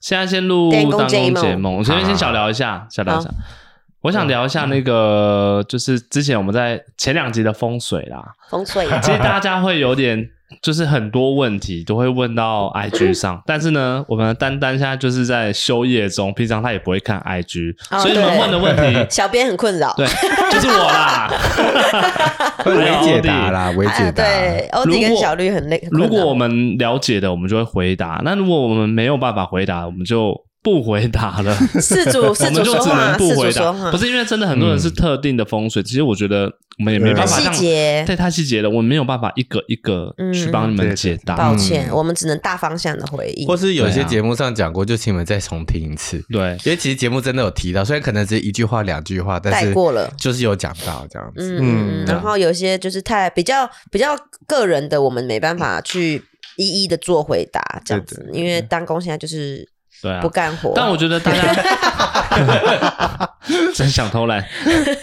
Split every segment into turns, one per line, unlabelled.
现在先录
对
当
公
公
节
节
目
目，我先
好
先小聊一下，小聊一下。我想聊一下那个，就是之前我们在前两集的风水啦，
风水啊
其实大家会有点，就是很多问题都会问到 IG 上，但是呢，我们丹丹现在就是在休业中，平常他也不会看 IG，、
哦
所以你们
对
问的问题，
小编很困扰。
对，就是我啦。
会为解答啦，为
哎
解
呀，
答。
对，欧弟
如
跟
果
小绿很累。很困
如果
扰
我们了解的，我们就会回答；那如果我们没有办法回答，我们就不回答了。
事主 事
我们就
主说
只
话，
能
事
不
主
回
说
答，
话，
不是因为真的很多人是特定的风水，其实我觉得我们也没
对
办
很
法
嗯细
让
节。
对太细节了，我没有办法一个一个去帮你
嗯
们
对
解答。
抱
嗯
歉，我们只能大方向的回应
或。是有
对
些
啊
节目上讲过，就请你们再重听一次，
对，
因为其实节目真的有提到，虽然可能只是一句话、两句话，但
带
是
过了
就是有讲到这样
嗯，
子。
嗯嗯
嗯
啊
然后有些就是太比较比较个人的，我们没办法去一一的做回答这样
对
子，因为当工现在就是
对啊
不。干活。
但我觉得大 家真想偷懒，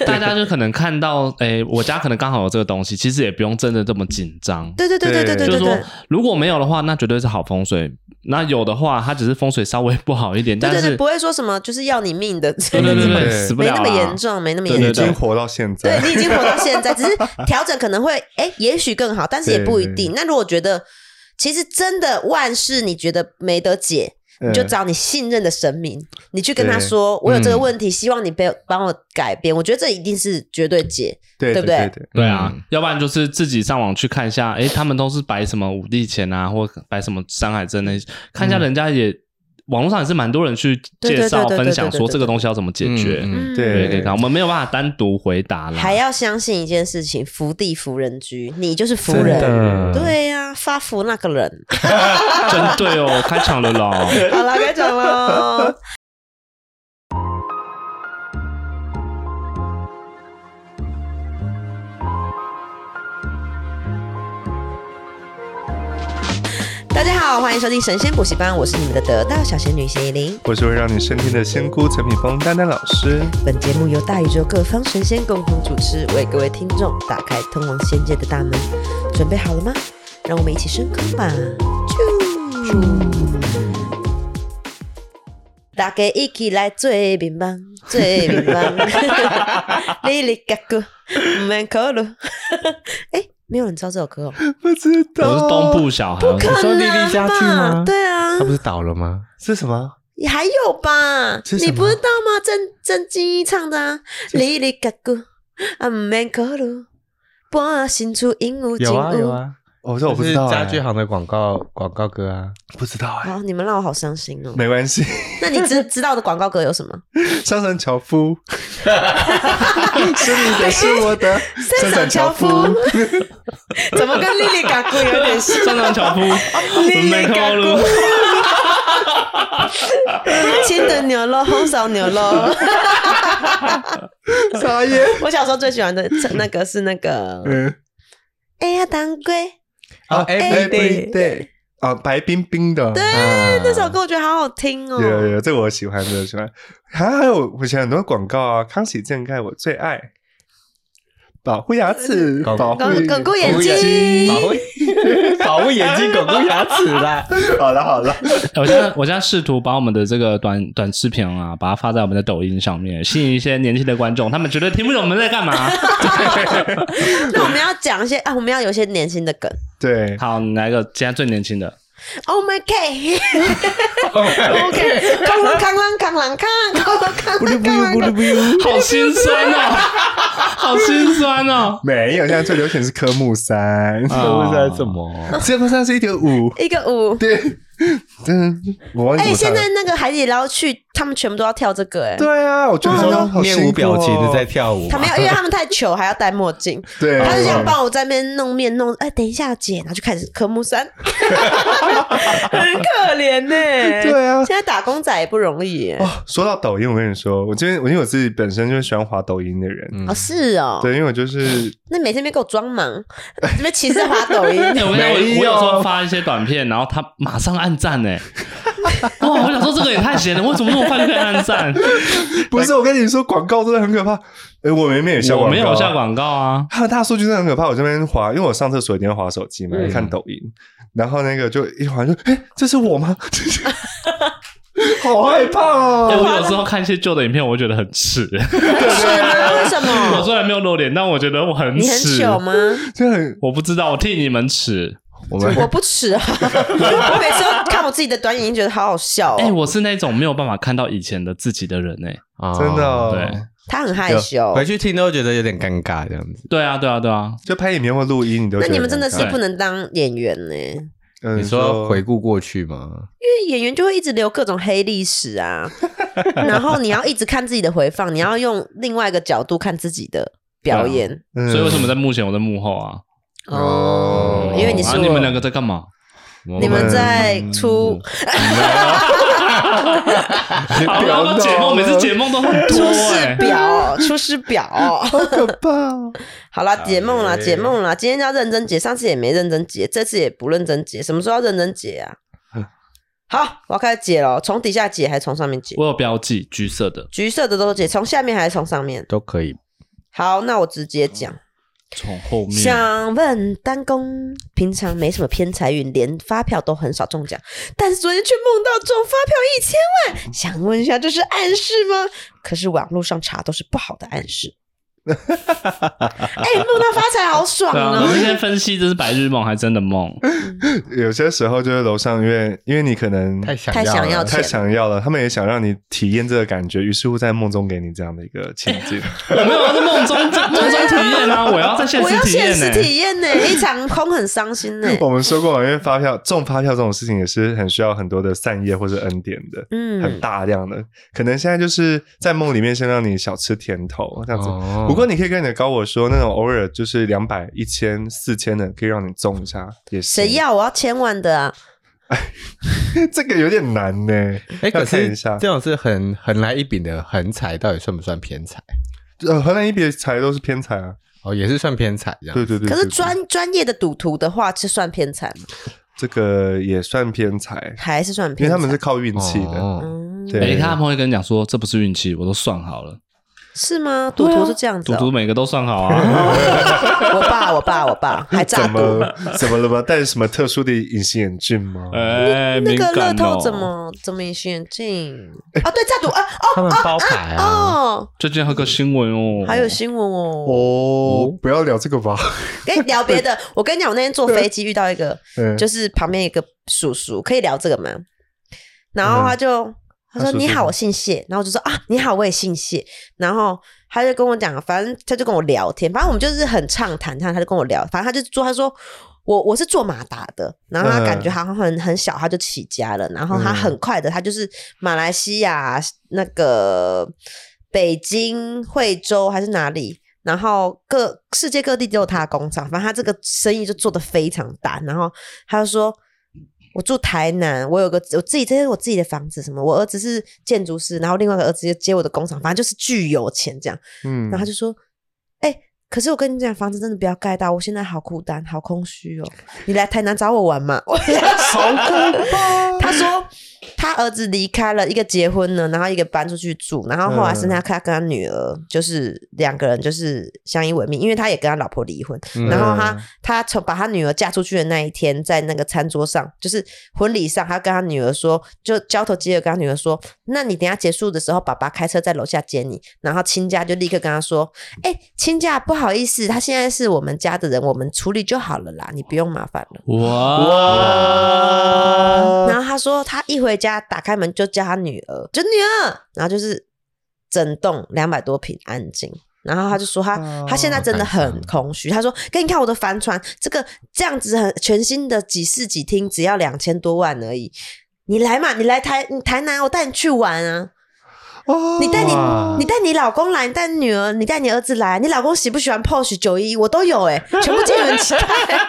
大家就可能看到，诶，我家可能刚好有这个东西，其实也不用真的这么紧张。
对对对对对对
对
就是
对
说
对，
如果没有的话，那绝对是好风水；那有的话，它只是风水稍微不好一点，
对
但
对
是
对，不会说什么就是要你命的，
对对对对，
对
死不
没
了啊
那么
啦
严重，没那么
对
严
已
对
重
经。活到现在
对，你已经活到现在，只是调整可能会，哎，也许更好，但是也不一
对
定。那如果觉得其实真的万事你觉得没得解，你就
嗯
找你信任的神明，你去跟他
对嗯
说，我有这个问题，希望你被帮我改变。我觉得这一定是绝对解。
对
对
对
不对
对对，
对啊
嗯，
要不然就是自己上网去看一下，诶，他们都是摆什么五帝钱啊， 或摆什么山海针那些，看一下人家也、网络上也是蛮多人去介绍
对对对对对对对
分享说这个东西要怎么解决。
嗯
嗯，
对
对对对，我们没有办法单独回答
嗯
啦。
还要相信一件事情，福地福人居，你就是福
真
人。
的
对呀、发福那个人。
针对哦，开场了咯。
好了，该讲喽。大家好，欢迎收听神仙补习班，我是你们的得道小仙女谢依霖。
我是会让你升天的仙姑陈品峰丹丹老师，
本节目由大宇宙各方神仙共同主持，为各位听众打开通往仙界的大门。准备好了吗？让我们一起升空吧！啾大家一起来做乒乓，做乒 乓，哩哩嘎咕，唔免考虑。 哎、没有人知道这首歌哦，
不知道
我是东部小孩，我是
你说莉莉家具吗
对啊
他，不是倒了吗？
是什么？
你还有吧？
是什么
你不知道吗？郑郑敬一唱的、啊《哩哩嘎咕》，啊，唔免考虑，半新出鹦鹉
有啊
金
有
屋。
啊，
我说我不知道
这
哎，
是家具行的广告广告歌啊。
不知道哎，
哦好，你们让我好伤心哦。
没关系。
那你知知道的广告歌有什么？
上山 樵夫，是你的，是我的，
山上樵夫，怎么跟莉莉嘎咕有 点像？
上上樵夫，
莉莉
没
嘎
考
咕， 清炖牛肉、红烧牛肉。
傻眼。
我小时候最喜欢的那个是那个
嗯，
哎呀当归，
哦
哎对
对，啊，白冰冰的，对，
哎
哎那
啊
首歌我觉得好好听哦。
有有，这个我喜欢，这个我喜欢。还还有我以前很多广告啊，康熙健钙我最爱，保护
呃
牙齿，
搞
保护
搞搞过眼
狗眼
睛，
保护 保护眼睛，巩固牙齿 啦。
好 了好了，
我现在我现在试图把我们的这个短短视频啊，把它发在我们的抖音上面，吸引一些年轻的观众，他们绝对听不懂我们在干嘛。
那我们要讲一些啊，我们要有一些年轻的梗。
对，
好，你来个现在最年轻的，
Oh my god！OK，康啷康啷康啷康，康啷康啷康啷康。
好心酸 哦，好心酸哦。
没有，现在最流行是科目三，
不知道怎
哦
么？
科目三是一点五，
一个舞。
对，嗯，我忘记
哎、
怎么唱
现
了
在那个海底捞去，他们全部都要跳这个哎、
对啊，我觉得
说
好辛苦
面无表情的
哦
在跳舞吗。啊
他们要，因为他们太糗，还要戴墨镜。
对，啊
他就想帮我在那边弄面弄，哎、等一下姐，然后就开始科目三，很可怜呢、
对啊
现在打工仔也不容易耶、
哦，说到抖音，我跟你说，我今天我因为我自己本身就是喜欢滑抖音的人，
嗯
哦，是哦，
对，因为我就是
那每天没给我装忙，这边歧视滑抖音，
哎我跟你讲，我
没有
我有时候发一些短片，然后他马上按赞呢。哇，我想说这个也太闲了，为什么那么快就可以按赞？
不是我跟你说广告真的很可怕，哎，我明明也下广告
我
啊，
没有下广告啊，
他的 大数据真的很可怕。我这边滑，因为我上厕所一定会滑手机嘛，
嗯
看抖音，然后那个就一滑就，哎、这是我吗？ 好害怕
哎，
哦！
我有时候看一些旧的影片，我会觉得很耻。
是吗？为什
我
么？
虽然没有露脸，但我觉得我很
你很
耻。
糗吗？
就很
我不知道，我替你们耻。
我们
我不耻啊！ 我每次都看我自己的短影音，觉得好好笑
哎、
哦。
我是那种没有办法看到以前的自己的人哎、
真的
哦
哦，
对
他很害
有
羞。
回去听都会觉得有点尴尬这样子。
对啊，对啊，对啊，
就拍影片或录音，你都
那
觉得
你们真的
尴
是
尬
不能当演员呢、
嗯
你说回顾过去吗？
因为演员就会一直留各种黑历史 啊，然后你要一直看自己的回放，你要用另外一个角度看自己的表演。
嗯
所以为什么在幕前，我在幕后啊？
哦，因为你是
啊、
我，
你们两嗯个在干嘛？
你们在出
好
表
了，
闹
解梦每次
了
解梦都很多
出
哎、
师表，出师表。
好可怕哦？
好啦，解梦啦，
嘞
解梦啦，今天要认真解，上次也没认真解，这次也不认真解，什么时候要认真解啊？好，我要开始解了，从底下解还是从上面解？
我有标记橘色的，
橘色的都解，从下面还是从上面？
都可以。
好，那我直接讲。
从后面。
想问丹公，平常没什么偏财运，连发票都很少中奖，但是昨天却梦到中发票一千万，想问一下，这是暗示吗？可是网络上查都是不好的暗示。哎、梦到发财好爽
对啊，
啊
我！们先分析这是白日梦还是真的梦？
有些时候就是楼上，因为因为你可能
想
太想要
要
了
了
太想要了，他们也想让你体验这个感觉，于是乎在梦中给你这样的一个情 境。
我没有啊我是梦中梦中体验啊，我要在现
我
实
要
体
现
验呢、欸
实体验呢、一场空很伤心呢、
我们说过嘛，因为发票中发票这种事情也是很需要很多的善业或者恩典的，很
嗯，
大量的。可能现在就是在梦里面先让你小吃甜头这样子。
哦
不过你可以跟你的高我说，那种偶尔就是两百、一千、四千的，可以让你中一下，也是。
谁？要我要千万的啊？
这个有点难呢、
哎，
要
可
看
是
一下
这种是很横来一笔的横财，到底算不算偏财？
呃，河南一笔财都是偏财啊，
哦，也是算偏财这样。
对对对
可是
对对
专专业的赌徒的话，是算偏财吗？
这个也算偏财，
还是算
因
偏
为
财？
他们是靠运气的。
哦，
嗯，
对
哎、看他们会跟你讲说这不是运气，我都算好了。
是吗？赌徒是这样子、
赌
哦。
徒每个都算好啊，
我爸，我爸，我爸还诈
怎
赌。
么怎么了吗？戴什么特殊的隐形眼镜吗？
呃
哎、
那
敏
个
感
乐透
哦
怎么怎么隐形眼镜？哦，对，诈赌啊！
他们包牌
哦
啊，
哦，
最近还有个新闻哦，
还有新闻哦。
哦，不要聊这个吧。
跟你聊别的，我跟你讲，我那天坐飞机遇到一个，
嗯
就是旁边一个叔叔，可以聊这个吗？然后他就他
他
说
叔叔
你好，我姓谢，然后我就说啊你好，我也姓谢，然后他就跟我讲，反正他就跟我聊天，反正我们就是很畅谈，他他就跟我聊，反正他就说他说。我我是做马达的，然后他
嗯
感觉好像很很小，他就起家了，然后他
嗯
很快的，他就是马来西亚那个北京、惠州还是哪里，然后各世界各地都有他的工厂，反正他这个生意就做得非常大。然后他就说，我住台南，我有个我自己这是我自己的房子，什么我儿子是建筑师，然后另外一个儿子就接我的工厂，反正就是巨有钱这样。
嗯
然后他就说，哎、可是我跟你讲，房子真的不要盖到，我现在好孤单，好空虚哦。你来台南找我玩嘛？ 我好孤单。 他说他儿子离开了，一个结婚了，然后一个搬出去住，然后后来剩下他跟他女儿，就是两个人就是相依为命，因为他也跟他老婆离婚。
嗯
然后他他从把他女儿嫁出去的那一天，在那个餐桌上，就是婚礼上，他跟他女儿说，就交头接耳跟他女儿说，那你等一下结束的时候，爸爸开车在楼下接你。然后亲家就立刻跟他说，哎、亲家不好意思，他现在是我们家的人，我们处理就好了啦，你不用麻烦了。哦
哇
然后他说他一回家打开门就叫他女儿，就女儿，然后就是整栋两百多平安静。然后他就说他、
哦
他现在真的
好
很
感
空虚，他说给你看我的帆船，这个这样子很全新的几室几厅，只要两千多万而已。你来嘛，你来台你台南，我带你去玩啊！
哦
你带你
哇
你带你老公来，你带你女儿，你带你儿子来，啊你老公喜不喜欢 POS 九一，我都有哎、全部皆有人期待。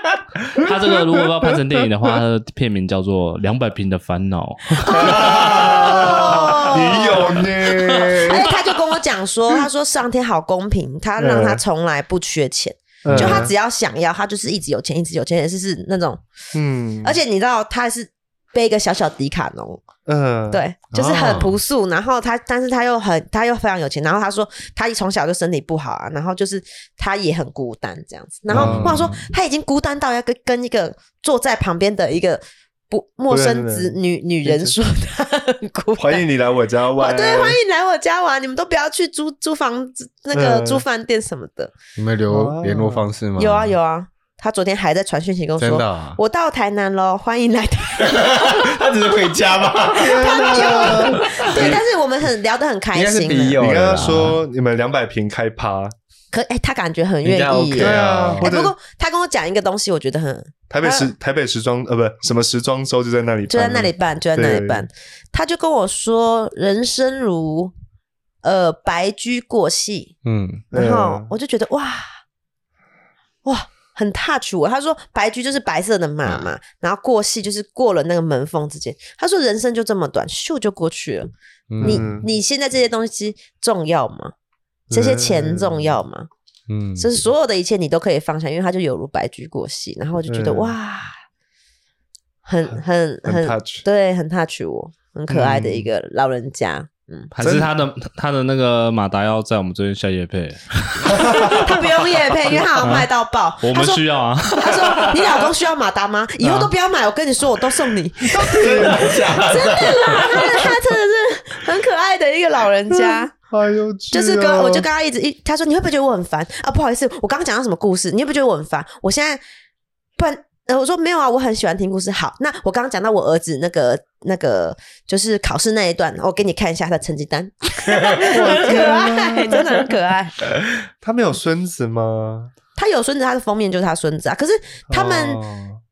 他这个如果要拍成电影的话，他的片名叫做《两百平的烦恼》。
哦
你有
而
呢？
哎且他就跟我讲 说，他说上天好公平，他让他从来不缺钱，
嗯
就他只要想要，他就是一直有钱，一直有钱，也是是那种。
嗯
而且你知道他是背一个小小迪卡侬，
嗯，
对，就是很朴素。然后他，但是他又很，他又非常有钱。然后他说，他从小就身体不好啊，然后就是他也很孤单这样子。然后
嗯
我想说，他已经孤单到要跟跟一个坐在旁边的一个不陌生
对对
子女女人说她很孤单。
欢迎你来我家
哦，
玩，
对，欢迎来我家玩，你们都不要去租租房子，那个
嗯
租饭店什么的。
你们
哦
留联络方式吗？
有啊有啊，他昨天还在传讯息跟我
嗯真的
说，
啊，
我到台南喽，欢迎来台
他只是回家吧？
天哪！
南。 对，但是我们很聊得很开
应该是
心啊
笔
了。
友了啦，
你跟他说你们两百平开趴，
可哎、他感觉很
应
愿
该
意
OK
耶。
啊
对啊，
哎
或者
不过他跟我讲一个东西，我觉得很
台北时台北时装呃，不，什么时装周就在那里
嗯
办，
就在那里办，就在那里办。他就跟我说，人生如呃白驹过隙，
嗯，
嗯，
然后我就觉得哇哇很 touch 我。他说白驹就是白色的马嘛，然后过隙就是过了那个门缝之间。他说人生就这么短，咻就过去了。你
嗯
你现在这些东西重要吗？这些钱重要吗？
嗯，
就是所有的一切你都可以放下，因为它就有如白驹过隙。然后我就觉得
嗯
哇，很很
很 touch
对，很 touch 我，很可爱的一
嗯
个老人家。 嗯，
还是他的他的那个马达要在我们这边下夜配，
他不用夜配，因为他好像卖到爆。
我
他
们
说
需要啊。
他说：“你老公需要马达吗？以后都不要买，我跟你说，我都送 你。”真
哎
的啦，他他真的是很可爱的一个老人 家。
哎呦，
就是
去
跟
啊
我就跟他一直一，他说你会不会觉得我很烦啊？不好意思，我刚刚讲到什么故事，你会不会觉得我很烦？我现在不然，呃，我说没有啊，我很喜欢听故事。好，那我刚刚讲到我儿子那个那个就是考试那一段，我给你看一下他的成绩 单，很可爱，真的很可爱。
他没有孙子吗？
他有孙子，他的封面就是他孙子啊。可是他们、
哦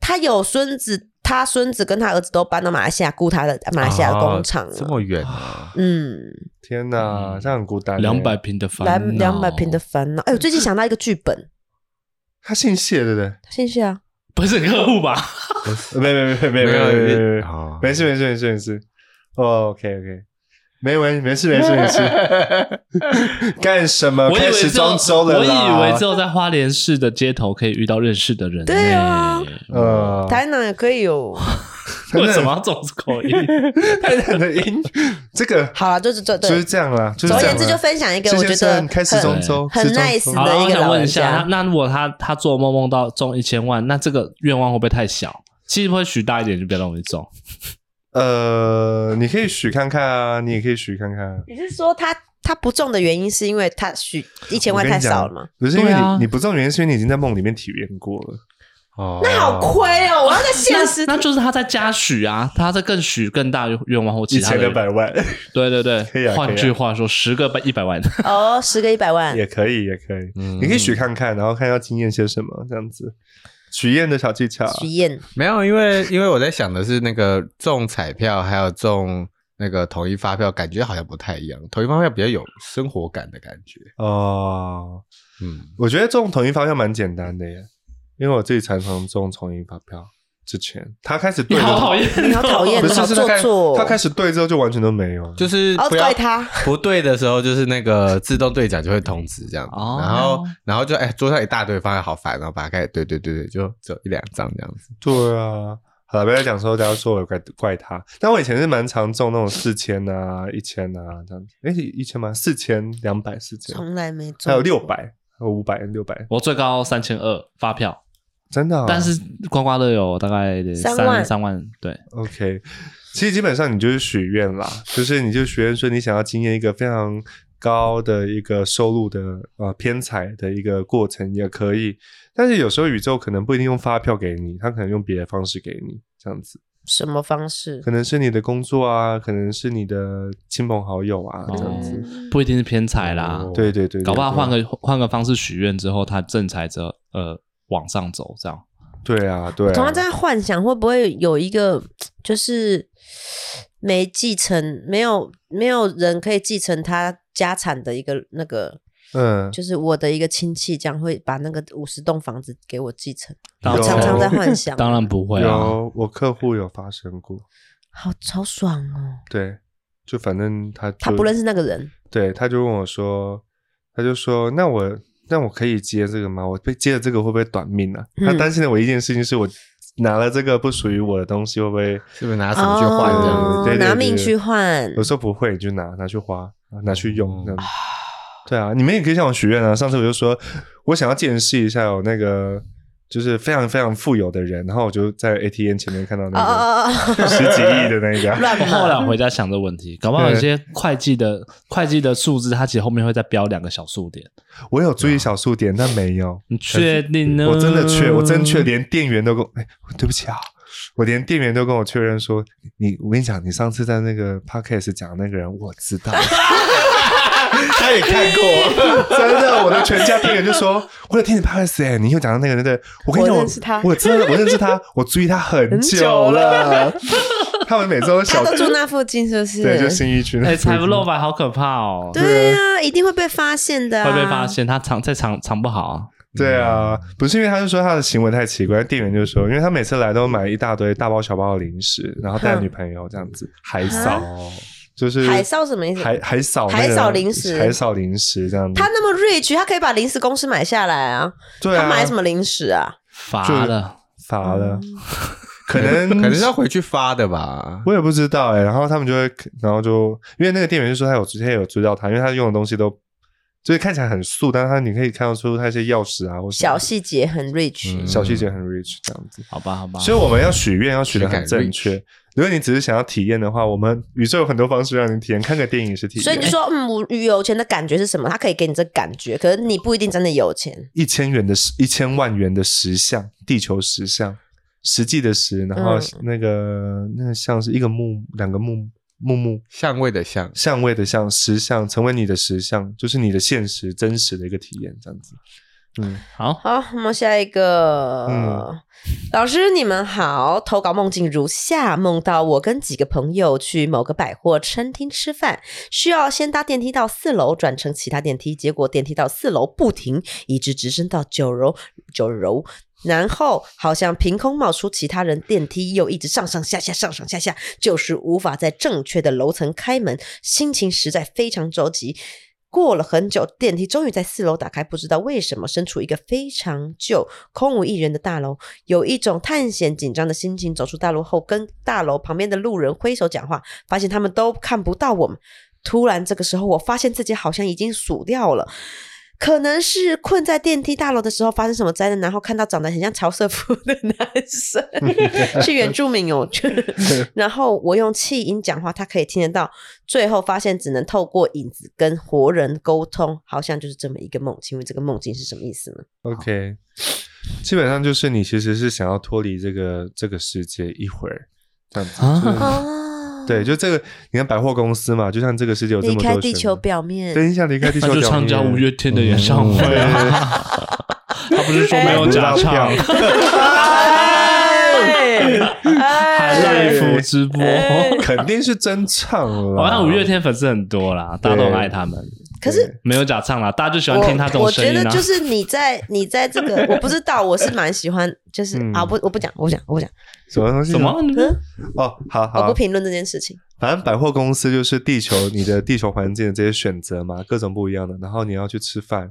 他有孙子，他孙子跟他儿子都搬到马来西亚雇他的马来西亚的工厂
哦
这
了。
么远啊？
嗯，
天哪，这样很孤单欸。
两百平的
来
房，
两百平的烦恼。哎，我
嗯
最近想到一个剧本，
他姓谢对 不对？
谢谢啊。
不是客户吧？
呃没没没没没没没没没
啊，
没事没事没事没事。哦，OK OK，没问没事没事没事。 干什么？
我以
开
为
始
只有
装周了
我
啦。
以为只有在花莲市的街头可以遇到认识的人。
对啊，
呃，
台南也可以有。
为什么要种 口音？
太难的音，这个
好了，就是这
就是
对。
这样啦，就是
总而
这样啊
言之，就
啦。
分享一个
谢
我
先
觉得
生开始
很
中周，
很
吃中
nice
周
好，
的一
我
个
想
老
问
人
一下，
家
他，那如果他他做梦梦到中一千万，那这个愿望会不会太小？其实会许大一点就比较容易中。
呃，你可以许看看啊，你也可以许看看啊。
你是说他他不中的原因是因为他许一千万
我跟
太
你讲
少了吗？
不是因为
对
你、
啊
你不中原因，是因为你已经在梦里面体验过了。
哦
那好亏哦！我要在现实
那，那就是他在加许啊，他在更许更大的愿望或其
一
他
千
的
两。百万
对对对，
可以啊
换
可以啊
句话说，十个一百万。
哦，十个一百万，
也可以，也可以，
嗯
你可以许看看，然后看要经验些什么，这样子。许愿的小技巧，
许愿
没有，因为因为我在想的是那个中彩票，还有中那个统一发票，感觉好像不太一样。统一发票比较有生活感的感觉。
哦，
嗯，
我觉得中统一发票蛮简单的耶，因为我自己常常中统一发票。之前他开始对啊
你 好讨
了，
厌，哦
你好讨厌
不是
好
是他
做
开
作
他开始对之后就完全都没有，
就是
哦，
不要
怪他，
不对的时候，就是那个自动对讲就会通知这样子，
哦
然后然后就哎桌上一大堆放在好烦，然后把它开对对对对，就只有一两张这样子。
对啊，好了，不要再讲说，大家说我怪怪他。但我以前是蛮常中那种四千啊、一千啊这样子，哎、一千吗？四千、两百、四千，
从来没中，
还有六百、五百、六百，
我最高三千二发票，
真的啊、
但是刮刮乐有大概
三
三
万
三万，对，
OK，其实基本上你就是许愿啦，就是你就许愿说你想要经验一个非常高的一个收入的呃偏财的一个过程也可以，但是有时候宇宙可能不一定用发票给你，它可能用别的方式给你这样子。
什么方式
可？能是你的工作啊，可能是你的亲朋好友啊，
哦
这样子。
不一定是偏财啦。
哦
对对对，
啊搞不好
对
换。个换个方式许愿之后，他正财则呃往上走，这样
对啊，对啊。
同样在幻想会不会有一个就是没继承，没有没有人可以继承他家产的一个那个，
嗯，
就是我的一个亲戚这样会把那个五十栋房子给我继承，
当
我
然
常常
哦
在幻想，
当然不会啊，
有我客户有发生过，
好好爽哦。
对，就反正他
他
就
不认识那个人，
对，他就问我说，他就说，那我那我可以接这个吗？我被接了这个会不会短命啊？
嗯
他担心的我一件事情是我拿了这个不属于我的东西会不会？
是不是拿什么去换这样子？
哦
对对对
拿命去换
我说不会，你就拿拿去花，拿去
哦
用。这样对啊，你们也可以向我许愿啊。上次我就说我想要见识一下有那个。就是非常非常富有的人，然后我就在 ATM 前面看到
哦
那
哦哦
个十几亿的那一家，
我后来我回家想这问 题，搞不好有些会计的会计的数字，它其实后面会再标两个小数点。
我有注意小数点，但没有，
你确定呢？
我真的确，我真确，连店员都跟我，哎，对不起啊，我连店员都跟我确认说，你我跟你讲，你上次在那个 podcast 讲的那个人，我知 道，
他也看过，
真的，我的全家店员就说，我有听你 podcast 哎、你又讲到那个人对，我跟你讲，
我
我
认识他
我真的我认 识他，我追他很久了， 他们每周
他
小
都住那附近，是不是？
对就新一区，
哎，财不露白，好可怕哦！
对啊，一定会被发现的、啊，
会被发。现，他藏在藏藏不好啊。
对啊，
嗯
不是因为他就说他的行为太奇怪，店员就说，因为他每次来都买一大堆大包小包的零食，然后带
哼
女朋友这样子，海嫂就是
海少什么意思？
海海扫那个
海扫零食
海扫零食这样子。
他那么 rich，他可以把零食公司买下来啊。
对
他
啊，
买什么嗯零食啊？
罚了，
罚了？可
可
能
能是要回去发的吧。
我也不知道哎、然后他们就会，然后就因为那个店员就说他有之前有追到他，因为他用的东西都就是看起来很素，但是他你可以看得出他一些钥匙啊或什
小
么
细节很 rich，、
嗯
小细节很 rich 这样子。
好吧，好吧。
所以我们要许愿要许的很
许改
正确。如果你只是想要体验的话，我们宇宙有很多方式让你体验，看个电影也是体验。
所以你说，嗯，我有钱的感觉是什么？他可以给你这感觉，可是你不一定真的有钱。
一千元的一千万元的石像，地球石像，实际的石，然后
嗯
那个、那个像是一个木，两个木木木
相位的相，
相位的像，石像成为你的石像，就是你的现实真实的一个体验，这样子。嗯，
好，
好，我们下一个。
嗯
老师，你们好。投稿梦境如下：梦到我跟几个朋友去某个百货餐厅吃饭，需要先搭电梯到四楼，转乘其他电梯，结果电梯到四楼不停，一直直升到九楼，九楼。然后好像凭空冒出其他人，电梯又一直上上下下上上下下，就是无法在正确的楼层开门，心情实在非常着急。过了很久，电梯终于在四楼打开，不知道为什么身处一个非常旧、空无一人的大楼，有一种探险紧张的心情。走出大楼后，跟大楼旁边的路人挥手讲话，发现他们都看不到我们。突然，这个时候，我发现自己好像已经数掉了。可能是困在电梯大楼的时候发生什么灾难，然后看到长得很像乔瑟夫的 男生， 是原住民哦。就然后我用气音讲话，他可以听得到。最后发现只能透过影子跟活人沟通，好像就是这么一个梦。请问这个梦境是什么意思呢？
OK，基本上就是你其实是想要脱离这个这个世界一会儿，这样子。
啊
就是
啊，
对，就这个，你看百货公司嘛，就像这个世界有这
离
么多
开地
选
球
择
表面。
等一下离开地球
那
表
就
面，
参加五月天的演唱会
对
啊。他不是说没有假唱，
哎
还
哎
赖服直播。
肯定是 真唱了。
好哦像五月天粉丝很多啦，大家都很爱他们。
可是
没有假唱啦，大家就喜欢听他这
我
种
我
声
觉
音
得
啊
就。是你在你在这个，我不知道，我是蛮喜欢，就是
嗯
啊，不，我不讲，我不讲，我不讲，
什么东西？
什么？？
哦，好
我
好
不，评论这件事情。
反正百货公司就是地球，你的地球环境的这些选择嘛，各种不一样的。然后你要去吃饭，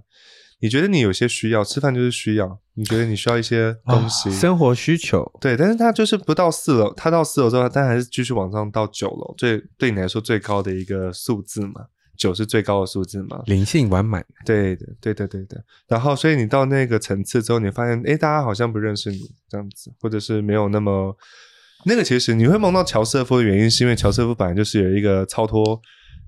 你觉得你有些需要，吃饭就是需要，你觉得你需要一些
啊
东西。
生活需求，
对，但是它就是不到四楼，它到四楼之后，但还是继续往上到九楼，最对你来说最高的一个数字嘛，九是最高的数字嘛。
灵性完满，
对的，对的，对的。然后，所以你到那个层次之后，你发现，哎，大家好像不认识你这样子，或者是没有那么那个。其实你会梦到乔瑟夫的原因，是因为乔瑟夫本来就是有一个超脱，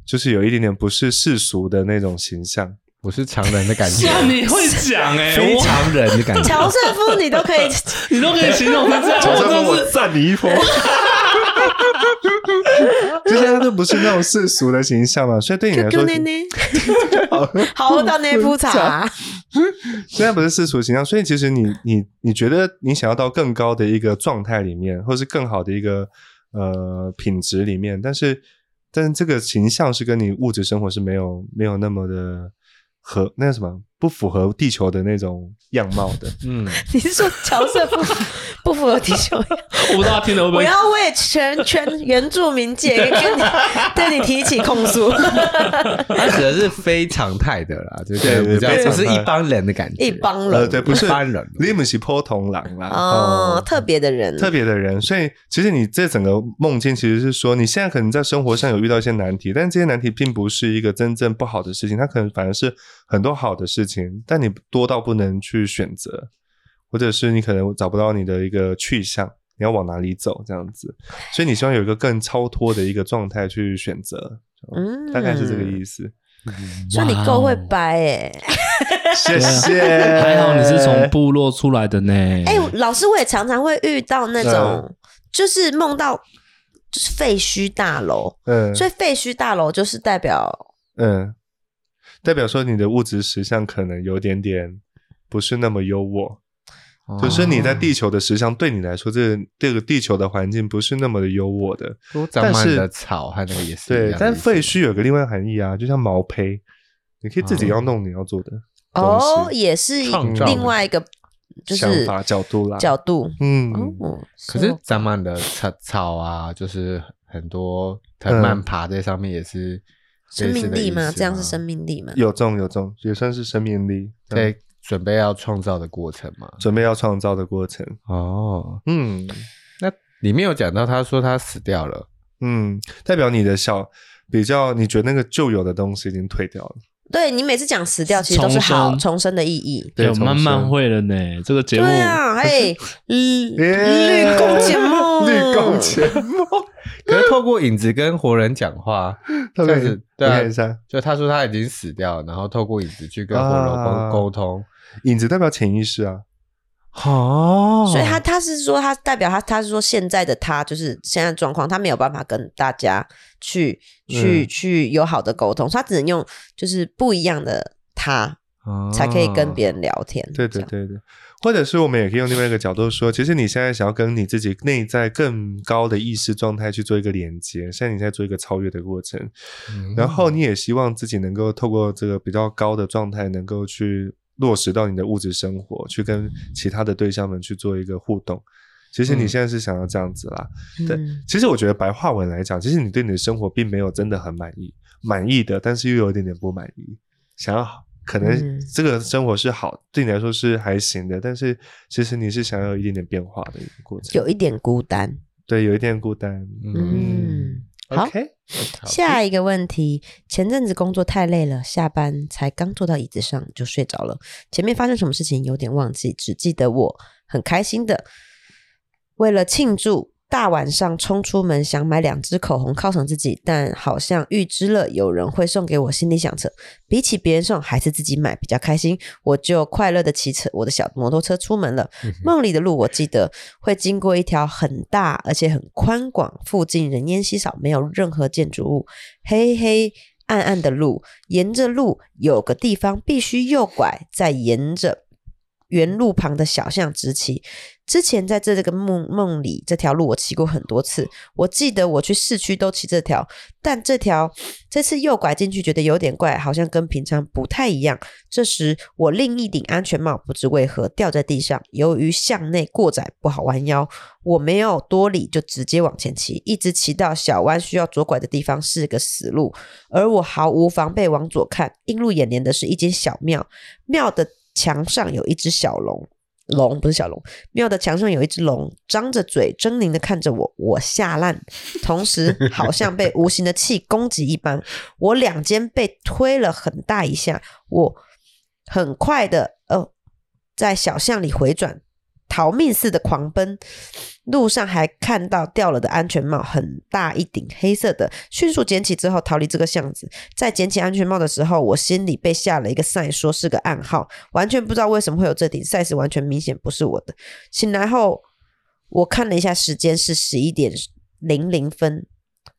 就是有一点点不是世俗的那种形象。
我是常人的感觉，
你会讲哎
非
我
常人的感觉。
乔瑟夫，你都可以，
你都可以形容成这样，
乔瑟夫，
我
我
真是
赞你一波。 就是他都不是那种世俗的形象嘛，所以对你来
QQ
说，
内内，好到那铺茶，
现在不是世俗形象，所以其实你你你觉得你想要到更高的一个状态里面，或是更好的一个呃品质里面，但是但是这个形象是跟你物质生活是没有没有那么的合那个什么不符合地球的那种样貌 的。
嗯，
你是说乔瑟夫不符合地球？
我不知道他听的会不
我
会。
要为全全原住民界跟你对你提起控诉，
他指的是非常态的啦，就是
对对
比较
非
不
常态
是一般人的感觉，
一帮
呃，
人
对，不是
一般人
你们是波同狼啦。
哦，特别的人，
特别的人，所以其实你这整个梦境其实是说，你现在可能在生活上有遇到一些难题，但这些难题并不是一个真正不好的事情，它可能反而是很多好的事情，但你多到不能去选择，或者是你可能找不到你的一个去向，你要往哪里走这样子，所以你希望有一个更超脱的一个状态去选择，
嗯，
大概是这个意思。
所以你够会掰哎、
谢谢，
还好你是从部落出来的呢。
哎、老师，我也常常会遇到那种，就是梦到就是废墟大楼，
嗯
所以废墟大楼就是代表
嗯，代表说你的物质实相可能有点点不是那么优渥，
哦
就是你在地球的实相对你来说，这个这个地球的环境不是那么的优渥的。
都长
但
满
是
了草和那个也是一样的意
对，
思
但废墟有个另外的含义啊，就像毛坯，你可以自己要弄你要做的东西
哦，也是
创造的
另外一个就是
想法角度啦
角度。
嗯，
哦，
可
所以
是
我
长满了草草啊，就是很多藤蔓爬在上面也是
生
类似
命
的意
力
思啊
吗？这样是生
命
命力吗？
有中有中，也算是生命力，对，
在准备要创造的过程嘛。
准备要创造的过程。
哦，
嗯
那里面有讲到他说他死掉了，
嗯，代表你的小比较，你觉得那个旧有的东西已经退掉了。
对你每次讲死掉，其实都是
重生
好重生的意义。
对
有
重
慢慢
生
会了呢，这个节目
对啊，哎，嗯绿
耶
哦工节目，
绿光节 目，
可是透过影子跟活人讲话，
这
这样子对啊
看一下，
就他说他已经死掉了，然后透过影子去跟活人
啊
沟沟通。
影子代表潜意识啊，
哦
所以他他是说他代表他他是说现在的他就是现在的状况，他没有办法跟大家去去、
嗯
去有好的沟通，所以他只能用就是不一样的他
啊
才可以
哦
跟别人聊天。
对
这
对
样
对对，或者是我们也可以用另外一个角度说，其实你现在想要跟你自己内在更高的意识状态去做一个连接，现在你在做一个超越的过程，
嗯
然后你也希望自己能够透过这个比较高的状态，能够去落实到你的物质生活，去跟其他的对象们去做一个互动。其实你
嗯
现在是想要这样子啦，对
嗯
其实我觉得白话文来讲，其实你对你的生活并没有真的很满意，满意的，但是又有一点点不满意，想要可能
嗯
这个生活是好，对你来说是还行的，但是其实你是想要有一点点变化的一个过程，
有一点孤单。
对，有一点孤单。
嗯，好
OK，
下一个问题，前阵子工作太累了，下班才刚坐到椅子上就睡着了。前面发生什么事情有点忘记，只记得我很开心的，为了庆祝，大晚上冲出门想买两支口红犒赏自己，但好像预知了有人会送给我，心里想着，比起别人送还是自己买比较开心，我就快乐的骑着我的小摩托车出门了。梦里的路我记得会经过一条很大而且很宽广，附近人烟稀少，没有任何建筑物，黑黑暗暗的路，沿着路有个地方必须右拐，再沿着原路旁的小巷直骑。之前在这个梦梦里，这条路我骑过很多次，我记得我去市区都骑这条，但这条这次右拐进去觉得有点怪，好像跟平常不太一样。这时我另一顶安全帽不知为何掉在地上，由于巷内过窄不好弯腰，我没有多理就直接往前骑，一直骑到小弯需要左拐的地方是个死路，而我毫无防备往左看，映入眼帘的是一间小庙，庙的墙上有一只小龙。龙不是小龙，庙的墙上有一只龙，张着嘴狰狞的看着我，我吓烂，同时好像被无形的气攻击一般，我两肩被推了很大一下，我很快的呃，在小巷里回转，逃命似的狂奔。路上还看到掉了的安全帽，很大一顶黑色的，迅速捡起之后逃离这个巷子。在捡起安全帽的时候，我心里被下了一个 sign，说是个暗号，完全不知道为什么会有这顶 sign，是完全明显不是我的。醒来后，我看了一下时间是十一点零零分，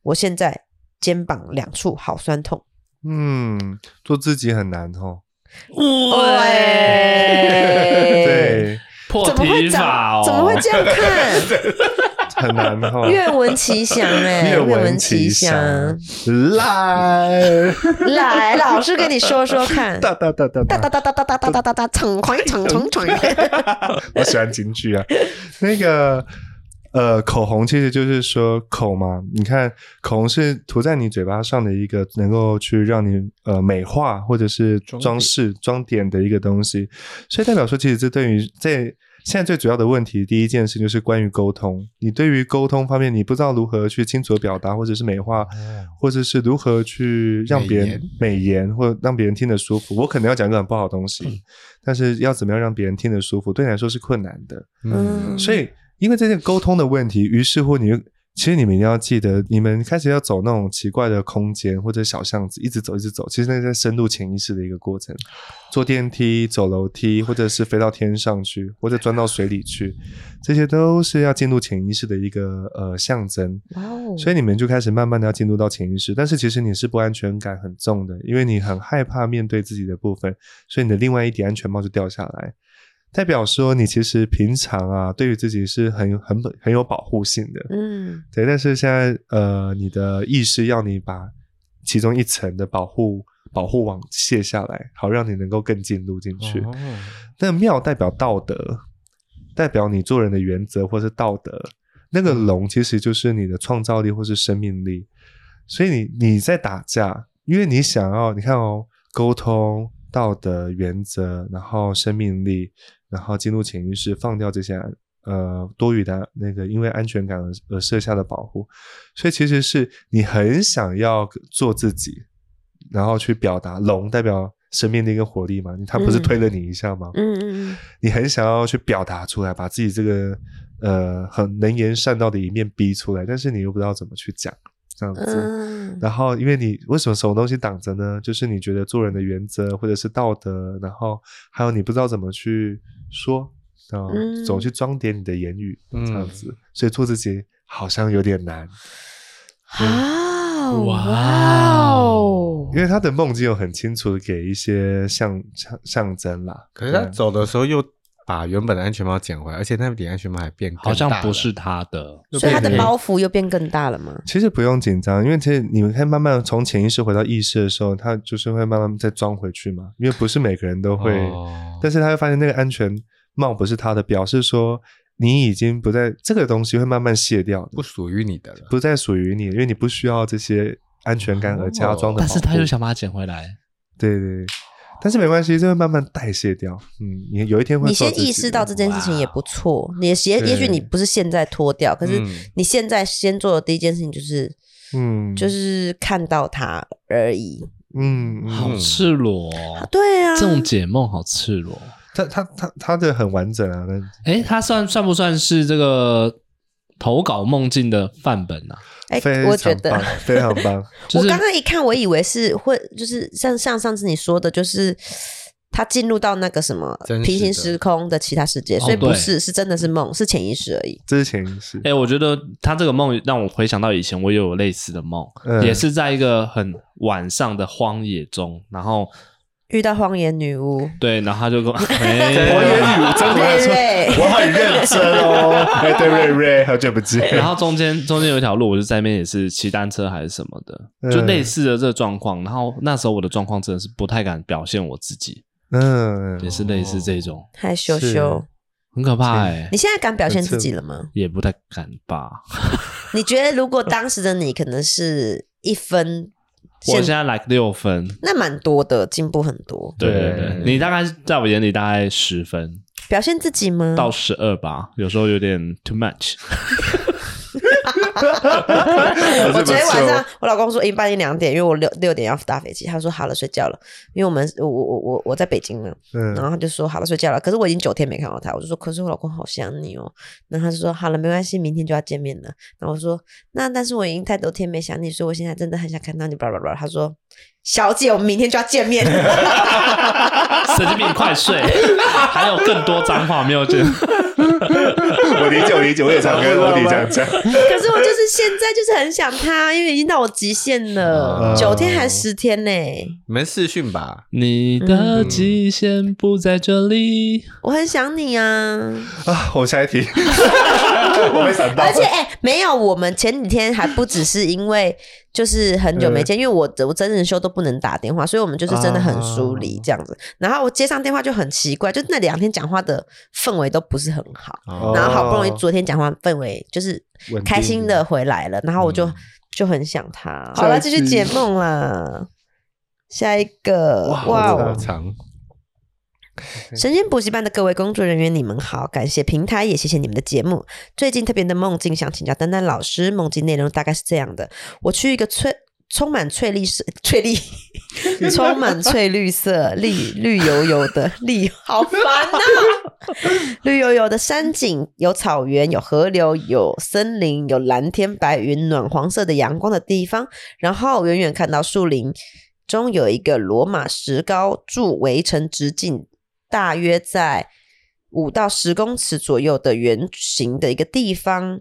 我现在肩膀两处好酸痛。
嗯，做自己很难哦。
哎喂
对，
破
怎么
题
会长
法哦，
怎么会这样看？
很难 哦。
愿闻其详哎、
愿
闻
其
详。
来，
来，老师跟你说说看。
哒哒哒哒
哒
哒
哒哒哒哒哒哒哒哒哒，逞狂逞逞逞。
我喜欢京剧啊。那个呃，口红其实就是说口嘛，你看口红是涂在你嘴巴上的一个能够去让你呃美化或者是
装点
装饰装点的一个东西，所以代表说，其实这对于在现在最主要的问题，第一件事就是关于沟通。你对于沟通方面，你不知道如何去清楚的表达，或者是美化，
哦
或者是如何去让别人美言，或者让别人听得舒服。我可能要讲一个很不好的东西，但是要怎么样让别人听得舒服，对你来说是困难的。
嗯，
所以，因为这件沟通的问题，于是乎你就其实你们一定要记得，你们开始要走那种奇怪的空间或者小巷子，一直走一直走，其实那是在深入潜意识的一个过程。坐电梯、走楼梯，或者是飞到天上去，或者钻到水里去，这些都是要进入潜意识的一个呃象征。
哇哦，
所以你们就开始慢慢的要进入到潜意识，但是其实你是不安全感很重的，因为你很害怕面对自己的部分，所以你的另外一顶安全帽就掉下来，代表说你其实平常啊对于自己是很很很有保护性的，
嗯，
对，但是现在呃你的意识要你把其中一层的保护保护网卸下来，好让你能够更进入进去。
哦
那庙代表道德，代表你做人的原则或是道德。那个龙其实就是你的创造力或是生命力。所以你你在打架，因为你想要你看哦，沟通、道德、原则，然后生命力，然后进入潜意识，放掉这些呃多余的那个因为安全感而而设下的保护。所以其实是你很想要做自己，然后去表达龙代表。生命力跟活力嘛，他不是
嗯
推了你一下吗？
嗯嗯嗯，
你很想要去表达出来，把自己这个呃很能言善道的一面逼出来，但是你又不知道怎么去讲，这样子。
嗯，
然后，因为你为什么什么东西挡着呢？就是你觉得做人的原则或者是道德，然后还有你不知道怎么去说，然后
嗯
总去装点你的言语，
嗯
这样子，所以做自己好像有点难。
啊，
哇
哇哦，
因为他的梦境有很清楚的给一些象象象征啦，
可是他
对
走的时候又把原本的安全帽捡回来，而且那顶安全帽还变更
好像
大
不
了
是他的，
又
所以他的
变
包袱又变更大了吗？
其实不用紧张，因为其实你们可以慢慢从潜意识回到意识的时候，它就是会慢慢再装回去嘛。因为不是每个人都会，
哦
但是他会发现那个安全帽不是他的，表示说你已经不在这个东西会慢慢卸掉的，
不属于你的了。
不再属于你，因为你不需要这些安全感而加装的保护、
哦
但是他又想把它捡回来。
对对对，但是没关系，这会慢慢代谢掉。嗯，你有一天会
你
做
先
自己
意识到这件事情也不错，你也也
对
也许你不是现在脱掉，可是
嗯
你现在先做的第一件事情就是
嗯，
就是看到它而已。
嗯嗯
好赤裸哦、
对啊，
这种解梦好赤裸。
他他他他的很完整啊，那
哎，他算算不算是这个投稿梦境的范本啊？
哎
非，
我觉
常
得
棒，非常棒。
就
我
是
刚刚一看，我以为是会，就是像像上次你说的，就是他进入到那个什么
真实的
平行时空的其他世
哦
界，所以不是，是真的是梦，是潜意识而已。
这是潜意识
哎、。我觉得他这个梦让我回想到以前我也有类似的梦，
嗯
也是在一个很晚上的荒野中，然后
遇到荒野女巫，
对，然后他就 跟我，
我也
哎
以为真
瑞
的来说，
瑞，
我很认真哦。 哎，对，瑞瑞，好久不见。
然后中间中间有一条路，我就在那边也是骑单车还是什么的，
嗯
就类似的这个状况。然后那时候我的状况真的是不太敢表现我自己，
嗯，
也是类似这种，
害羞
是
羞。
很可怕哎、
你现在敢表现自己了吗？
也不太敢吧。
你觉得如果当时的你可能是一分，
我现在 like 六分，
那蛮多的，进步很多。
对对对，嗯
对
你大概在我眼里大概十分
表现自己吗？
到十二吧，有时候有点 too much。
我昨天晚
还是
上
不错，
我老公说，一半夜两点，因为我六六点要搭飞机，他说好了，睡觉了，因为我们我我我我在北京呢，然
嗯，
后他就说好了，睡觉了。可是我已经九天没看到他，我就说，可是我老公好想你哦。然后他就说好了，没关系，明天就要见面了。然后我说那但是我已经太多天没想你，所以我现在真的很想看到你。叭叭叭，他说小姐，我们明天就要见面。
神经病，快 睡！还有更多脏话没有讲，
我理解，我理解，我也常跟欧弟这样讲。
可是我就是现在就是很想他，因为已经到我极限了，
哦
九、天还十天呢、
你们试训吧，
你的极限不在这里。
我很想你啊。
啊，我下 一题，我没想到
而。且哎、没有，我们前几天还不只是因为就是很久没见，因为我我真人秀都不能打电话，所以我们就是真的很疏离这样子。然后我接上电话就很奇怪，就那两天讲话的氛围都不是很好。
哦
然后好不容易昨天讲话氛围就是
稳定嗯
开心的回来了，然后我就、就很想他。好了，继续解梦啦。下一个，哇
哇我知
哦
道
长
神仙补习班的各位工作人员，你们好，感谢平台，也谢谢你们的节目。最近特别的梦境，想请教丹丹老师，梦境内容大概是这样的：我去一个翠。充满翠绿色， 翠绿，充满翠绿色，绿绿油油的绿， 好烦呐、绿油油的山景，有草原，有河流，有森林，有蓝天白云、暖黄色的阳光的地方。然后远远看到树林中有一个罗马石膏柱围成直径大约在五到十公尺左右的圆形的一个地方。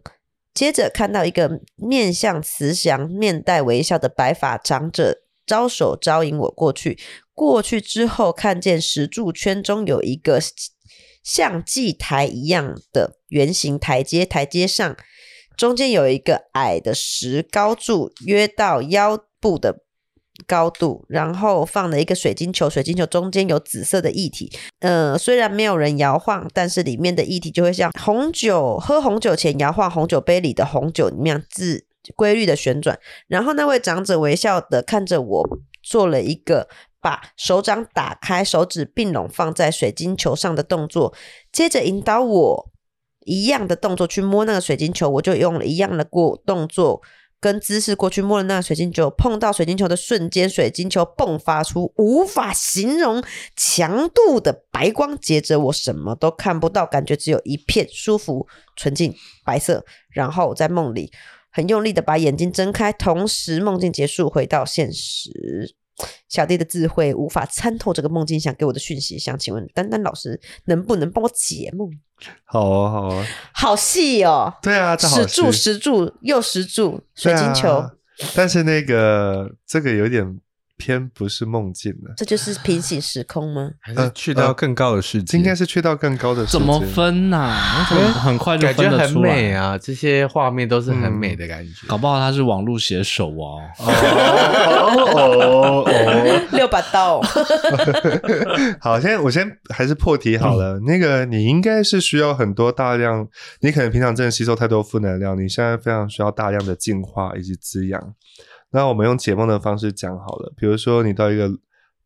接着看到一个面向慈祥、面带微笑的白发长者，招手招引我过去。过去之后，看见石柱圈中有一个像祭台一样的圆形台阶，台阶上中间有一个矮的石膏柱，约到腰部的高度，然后放了一个水晶球，水晶球中间有紫色的液体，呃，虽然没有人摇晃，但是里面的液体就会像红酒喝红酒前摇晃红酒杯里的红酒那样自规律的旋转。然后那位长者微笑的看着我，做了一个把手掌打开、手指并拢放在水晶球上的动作，接着引导我一样的动作去摸那个水晶球，我就用了一样的过动作。跟姿势过去摸了那个水晶球，碰到水晶球的瞬间，水晶球迸发出无法形容强度的白光，接着我什么都看不到，感觉只有一片舒服、纯净、白色。然后在梦里很用力的把眼睛睁开，同时梦境结束，回到现实。小弟的智慧无法参透这个梦境想给我的讯息，想请问丹丹老师能不能帮我解梦？
好啊，好啊，
好细哦，
对啊，这好
石柱
吃
石柱又石柱水晶球，
对啊但是那个这个有点偏不是梦境了，
这就是平行时空 吗？
还是去到更高的世界，
应该是去到更高的世界
怎么分呐、啊？我怎么很快就
感觉
分得
很
出
美
来？
啊，这些画面都是很美的感觉。
搞不好他是网络写手哦。
哦哦哦哦！
六把刀，
好，现在我先还是破题好了。那个你应该是需要很多大量，你可能平常真的吸收太多负能量，你现在非常需要大量的净化以及滋养。那我们用解梦的方式讲好了，比如说你到一个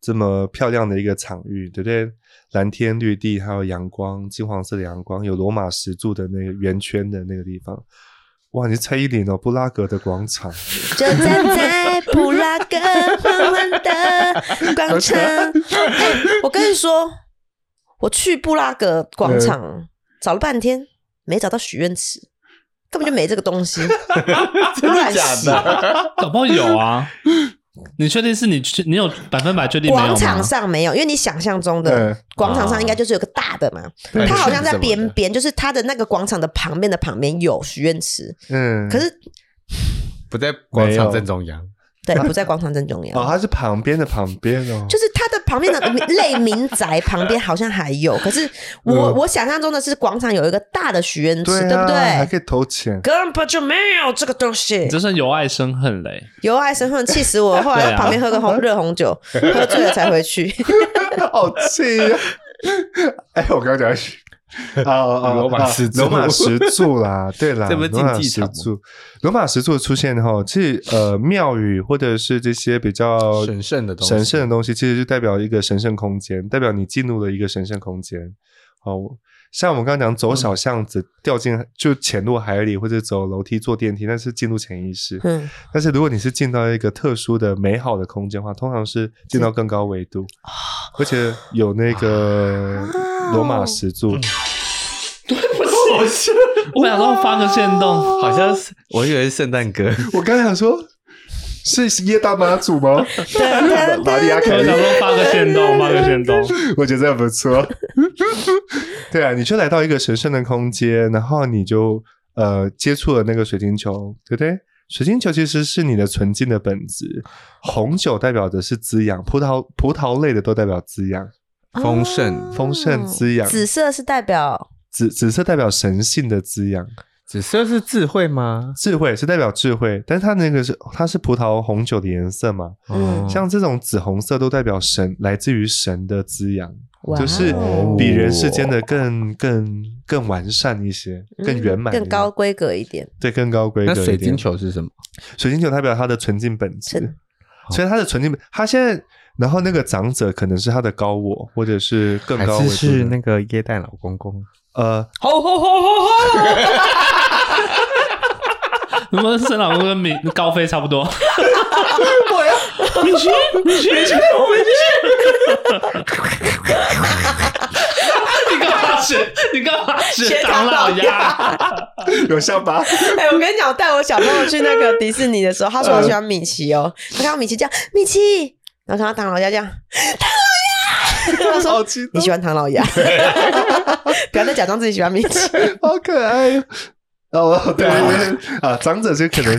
这么漂亮的一个场域，对不对？蓝天绿地，还有阳光，金黄色的阳光，有罗马石柱的那个圆圈的那个地方。哇，你是蔡依林哦，布拉格的广场。
就站在布拉格缓缓的广场。哎，我跟你说，我去布拉格广场找了半天，没找到许愿池，根本就没这个东西。乱洗？
搞不好有啊？你确定是你去？你有百分百确定没有吗？
广场上没有，因为你想象中的
嗯
广场上应该就是有个大的嘛，
对
它好像在
是什么
边
的
边，就是它的那个广场的旁边的旁边有许愿池，
嗯，
可是
不在广
没
场
有
正中央，
对，不在广场正中央
哦，。它是旁边的旁边哦，
就是它的旁边的类民宅旁边好像还有，可是我、
嗯
我想象中的是广场有一个大的许愿池，
对啊，
不
还
对？
可以投钱。
根本就没有这个东西
你。这算由爱生恨嘞、
由爱生恨，气死我！ 后来在旁边喝
啊
个红热红酒，喝醉了才回去。
好气
啊
呀！哎，我刚刚讲去。啊啊啊！
哦罗马石柱
罗马石 柱啦，对啦，
这不是
罗马
竞技
石
场吗
柱，罗马石柱的出现后，其实呃，庙宇或者是这些 比较
神圣的东西
神圣的东西，其实就代表一个神圣空间，代表你进入了一个神圣空间。好，像我们刚刚讲走小巷
嗯
子、掉进就潜入海里，或者走楼梯、坐电梯，那是进入潜意识。
嗯，
但是如果你是进到一个特殊的、美好的空间的话，通常是进到更高维度，而且有那个罗马石柱。
我想说发个现动，
好像是 我以为是圣诞歌，
我刚想说，是耶大妈祖吗？玛利亚凯
我
莉
想，说发个现动，发个现动。
我觉得这不错。对啊，你就来到一个神圣的空间，然后你就呃接触了那个水晶球，对不对？水晶球其实是你的纯净的本质，红酒代表的是滋养，葡萄葡萄类的都代表滋养，
丰盛
哦
丰盛滋养
紫色是代表
紫紫色代表神性的滋养，
紫色是智慧吗？
智慧是代表智慧，但是它那个是它是葡萄红酒的颜色嘛，
嗯
哦
像这种紫红色都代表神，来自于神的滋养，
哇哦
就是比人世间的更更更完善一些，更圆满、
嗯更高，规格一点。
对，更高规格
那
一
水
点。
晶球是什么？
水晶球代表它的纯净本质
纯，
所以它的纯净本，它现在然后那个长者可能是他的高我，或者是更
还
高维
是
度
是
的
那个耶诞老公公？
呃，
吼吼吼吼吼！你们沈老公跟明高飞差不多。我要米奇，米奇，米奇，我们去。你干嘛学？你干嘛学长老鸭？
有像吧？
哎、我跟你讲，我带我小朋友去那个迪士尼的时候，他
嗯
说我喜欢米奇哦，他看到米奇这样，米奇，然后看到唐老鸭这样，唐老鸭，他说
好激
你
动啊
喜，欢唐老 鸭，不要再假装自己喜欢米奇。
好可爱哟。哦，对啊，长者就可 能，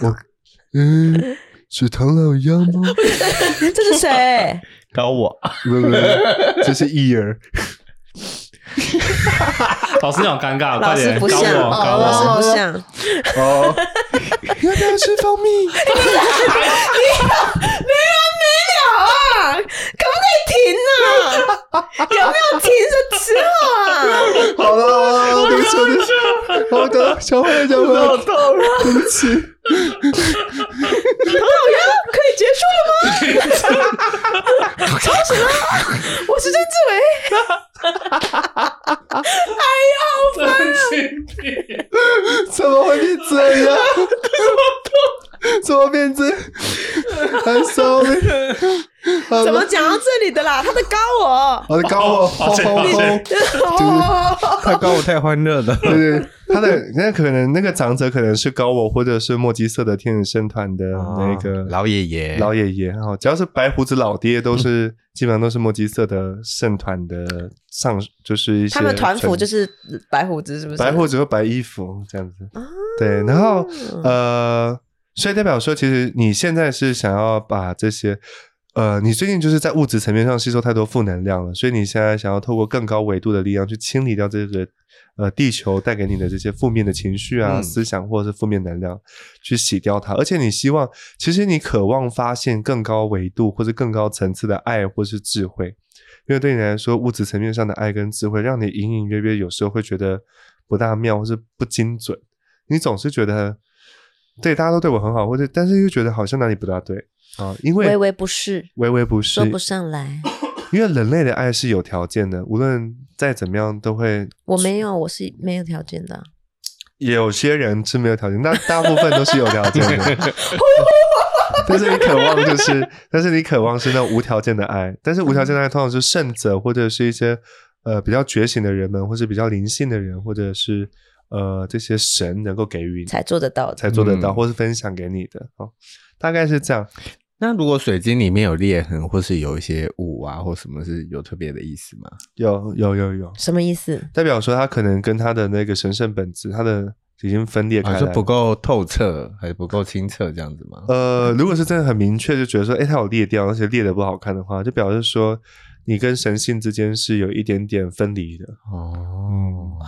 我嗯，是唐老鸭吗？
这是谁？
搞我，
不不不，这 是一儿。
老师你好尴
啊
尬，快
老师
点
不
高
像，哦
我，高
老
我。
师不像。
哦，要不要吃蜂蜜？
啊，可不可以停啊？有没有停的时候啊？
好了好了，好了对不起，对不起，好的，小回来，小回来，
痛了！
对不起。
老杨，可以结束了吗？吵什么？我是曾志伟。
怎么会变这 样？怎么变 这？I'm sorry。好
怎么
了？
讲到这里的啦？他在高我。
好的，高我，
抱
吼
歉
吼
抱
吼
歉！
他搞我 太欢 乐了。
对 对，他的那可能那个长者可能是高我，或者是墨基色的天使圣团的
哦
那个
哦老爷爷，
老爷爷哈，哦只要是白胡子老爹，都 是基本上都是墨基色的圣团的上，就是一些
他们团服
传
就是白胡子，是不是？
白胡子和白衣服这样子。
啊
对，然后呃，所以代表说，其实你现在是想要把这些，呃，你最近就是在物质层面上吸收太多负能量了，所以你现在想要透过更高维度的力量去清理掉这个呃地球带给你的这些负面的情绪啊、
嗯
思想或者是负面能量，去洗掉它。而且你希望，其实你渴望发现更高维度或者更高层次的爱或是智慧。因为对你来说，物质层面上的爱跟智慧，让你隐隐约约有时候会觉得不大妙，或是不精准。你总是觉得对大家都对我很好，或者但是又觉得好像哪里不大对啊，因为
微微不适，
微微不是
说，不上来。
因为人类的爱是有条件的，无论再怎么样都会。
我没有，我是没有条件的。
有些人是没有条件， 但大部分都是有条件 的。但是你渴望就是，但是你渴望是那种无条件的爱，但是无条件的爱通常是圣者或者是一些呃比较觉醒的人们，或是比较灵性的人，或者是呃这些神能够给予你
才做得到的
才做得到，
嗯
或是分享给你的哦，大概是这样。
那如果水晶里面有裂痕，或是有一些雾啊，或什么是有特别的意思吗？
有有有有，
什么意思？
代表说他可能跟他的那个神圣本质，他的已经分裂开
啊，
来
就
了。
不够透彻，还是不够清澈这样子吗？
呃，如果是真的很明确，就觉得说，哎，他有裂掉，而且裂的不好看的话，就表示说你跟神性之间是有一点点分离的。
哦，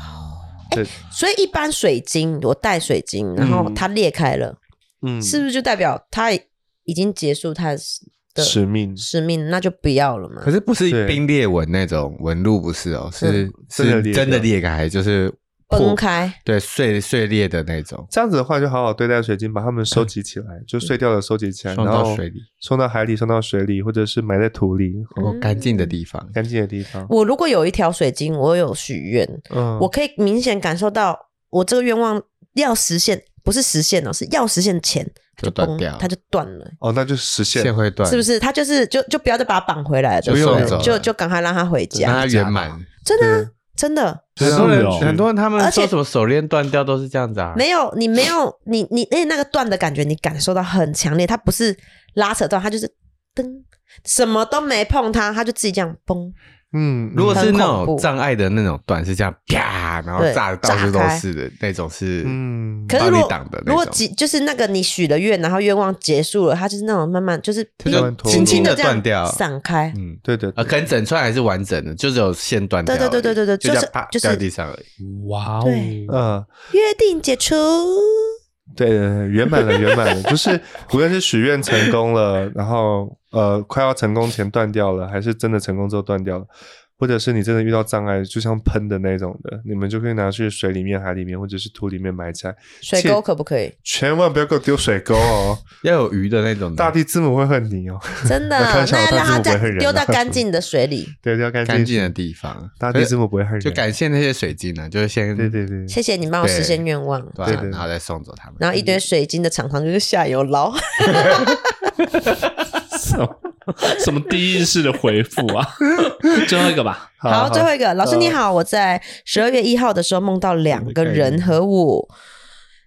对，
所以一般水晶，我戴水晶，然后它裂开了，
嗯，
是不是就代表它已经结束它的
使命，
使命？那就不要了嘛
可。是不
对
是冰裂纹那种纹路，不是哦，是
真的
是
裂掉
真的裂开，就是破
崩，开，
对，碎碎裂的那种，
这样子的话，就好好对待水晶，把它们收集起来，就碎掉的收集起来，
送
然
到
后
水里，
送到海里，送到水里，或者是埋在土里，
然后干净的地方。
干净的地方。
我如果有一条水晶，我有许愿，
嗯，
我可以明显感受到我这个愿望要实现，不是实现哦，是要实现前它
就断
崩
掉，
它就断了。
哦，那就实现
线会断，
是不？是？它就是就就不要再把它绑回来了，
就
对
送
对
走了
就就赶快让它回
让
家，
它圆满。
真的啊真的
对
很多
是
人
哦
很多人他们
而且
说什么手链断掉都是这样子啊，
没有你没有你你那那个断的感觉，你感受到很强烈，它不是拉扯断，它就是噔，什么都没碰它，它就自己这样崩。
嗯，
如果是
很
那
恐
种
怖
障碍的那种断，是这样啪，然后
对
炸的到处
炸
都
开
是的那种是，
嗯，
可是如
帮
果
你挡的那
如果
种
几就是那个你许了愿，然后愿望结束了，它就是那种慢慢就是
它
就
哔
轻
轻地
地这样
断掉
散开。
嗯，
对对
啊，可能整串还是完整的，就只有线断掉而已，
对对对对对对就
就这
是
样啪
就是
掉地上而已。
哇哦！
对
呃
嗯，
约定解除，
对对对，圆满了，圆满了，就是无论是许愿成功了，然后呃快要成功前断掉了，还是真的成功之后断掉了，或者是你真的遇到障碍，就像喷的那种的，你们就可以拿去水里面、海里面或者是土里面埋起来。
水沟可不可以？
千万不要给我丢水沟哦，
要有鱼的那种的
大地之母会恨你哦。
真的，
开玩笑
那要让它
但是我不会
在
恨人啊
丢到干净的水里。
对，要干净
干净的地方，
大地之母不会害人
就感谢那些水晶呢，就是先
对对对，
谢谢你帮我实现愿望。
对啊
对对
然后再送走他们。
然后一堆水晶的厂商就是下游捞，
什么什么低意识的回复 啊？最后一个吧，
好，最后一个，老师你好，我在十二月一号的时候梦到两个人和我。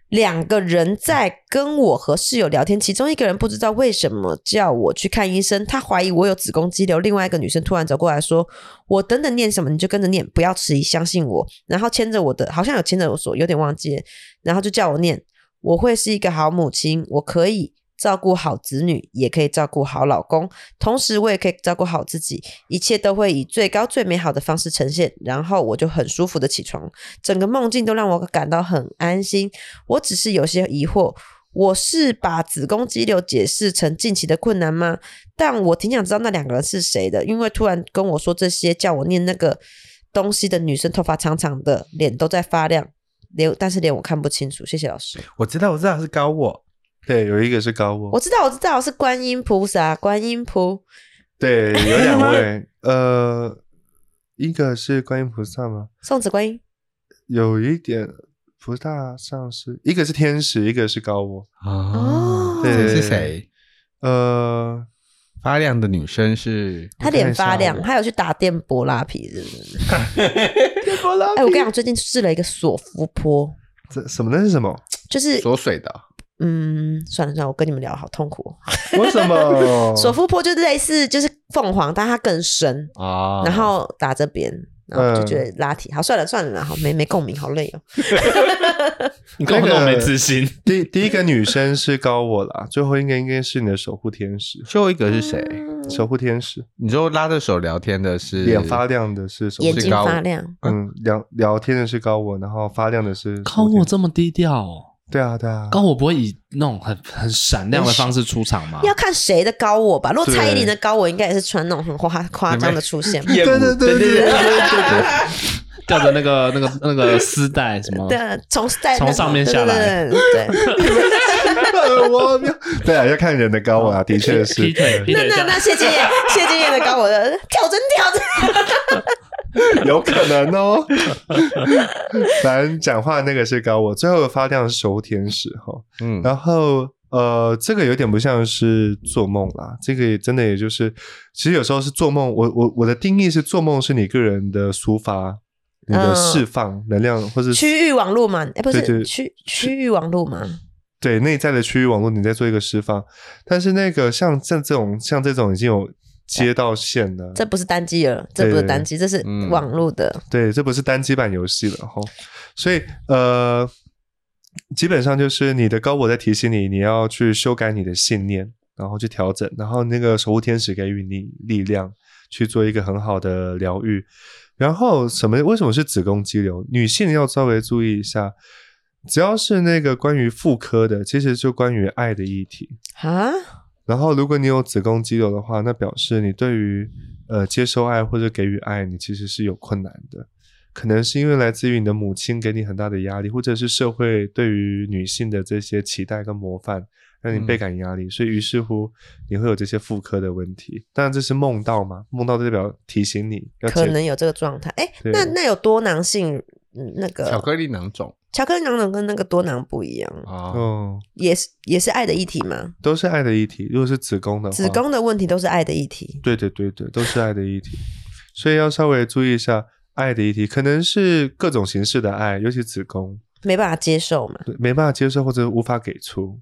两个人在跟我和室友聊天，其中一个人不知道为什么叫我去看医生，他怀疑我有子宫肌瘤。另外一个女生突然走过来说：“我等等念什么你就跟着念，不要迟疑，相信我。”然后牵着我的，好像有牵着我手，有点忘记了，然后就叫我念：“我会是一个好母亲，我可以照顾好子女，也可以照顾好老公，同时我也可以照顾好自己。一切都会以最高最美好的方式呈现，然后我就很舒服的起床，整个梦境都让我感到很安心。我只是有些疑惑，我是把子宫肌瘤解释成近期的困难吗？但我挺想知道那两个人是谁的，因为突然跟我说这些，叫我念那个东西的女生头发长长的，脸都在发亮，连但是连我看不清楚。谢谢老师，
哦
我知道，我知道是高我，
对，有一个是高我
我，知道，我知道是观音菩萨，观音菩。
对，有两位，呃，一个是观音菩萨吗？
送子观音，
有一点菩萨上师，一个是天使，一个是高我，
哦
对
啊这是谁？
呃，
发亮的女生是
他脸发亮，
我看一下
他
哦
有去打电波拉皮，是不 是？哎、我跟你讲，最近试了一个索夫波，
这什么？那是什么？
就是
锁水的哦，
嗯，算了算了，我跟你们聊好痛苦哦。
为什 么？
索夫波就类似就是凤凰，但它更深，
哦
然后打这边，然后就
嗯
觉得拉提。好，算了算了啦，好没没共鸣，好累哦。
你根本都没自信。
第第一个女生是高我啦，最后应该应该是你的守护天使，
最后一个是谁？
守护天使，
你说拉着手聊天的是
脸 发亮的是守护
眼
天
睛
使，
高
发亮，
嗯，聊聊天的是高我，然后发亮的是
高
守护天
我
使，
这么低调哦，
对啊对啊，
高我不会以那种很很闪亮的方式出场吗？
要看谁的高我吧。如果
对
蔡依林的高我，应该也是穿那种很夸夸张的出 现吧。
对对对对对，
吊着那个那个那个丝带什么
对？啊，从在
从上面下来
对对对对对
我没有对啊，要看人的高我啊，的确是
劈腿劈
那
腿这
那
样
那谢金燕，谢金燕的高我的跳针跳针。
有可能哦。 反正讲话那个是高我，最后发亮是守护天使哈。
嗯，
然后呃，这个有点不像是做梦啦，这个也真的也就是，其实有时候是做梦。我我我的定义是，做梦是你个人的抒发、你的
嗯
释放能量，或是
区域网络嘛，哎、不
对对
是区区域网络嘛，
对内在的区域网络，你在做一个释放。但是那个像像这种像这种已经有接到线了，
这不是单机了，这不是单机，这是
嗯
网络的。
对，这不是单机版游戏了哈。所以呃，基本上就是你的高我在提醒你，你要去修改你的信念，然后去调整，然后那个守护天使给予你力量，去做一个很好的疗愈。然后什么？为什么是子宫肌瘤？女性要稍微注意一下，只要是那个关于妇科的，其实就关于爱的议题。
啊，
然后，如果你有子宫肌瘤的话，那表示你对于呃接受爱或者给予爱，你其实是有困难的。可能是因为来自于你的母亲给你很大的压力，或者是社会对于女性的这些期待跟模范，让
嗯
你倍感压力，所以于是乎你会有这些妇科的问题。当然这是梦到嘛，梦到代表提醒你要
可
解
能有这个状态。哎、
对
那那有多囊性？嗯那个
巧克力囊肿
巧克力囊肿跟那个多囊不一样，
哦，
哦，
也是也是爱的议题嘛。
都是爱的议题。如果是子宫的话，
子宫的问题都是爱的议题。
对对对对，都是爱的议题，所以要稍微注意一下爱的议题，可能是各种形式的爱，尤其子宫
没办法接受嘛？
对没办法接受或者无法给出，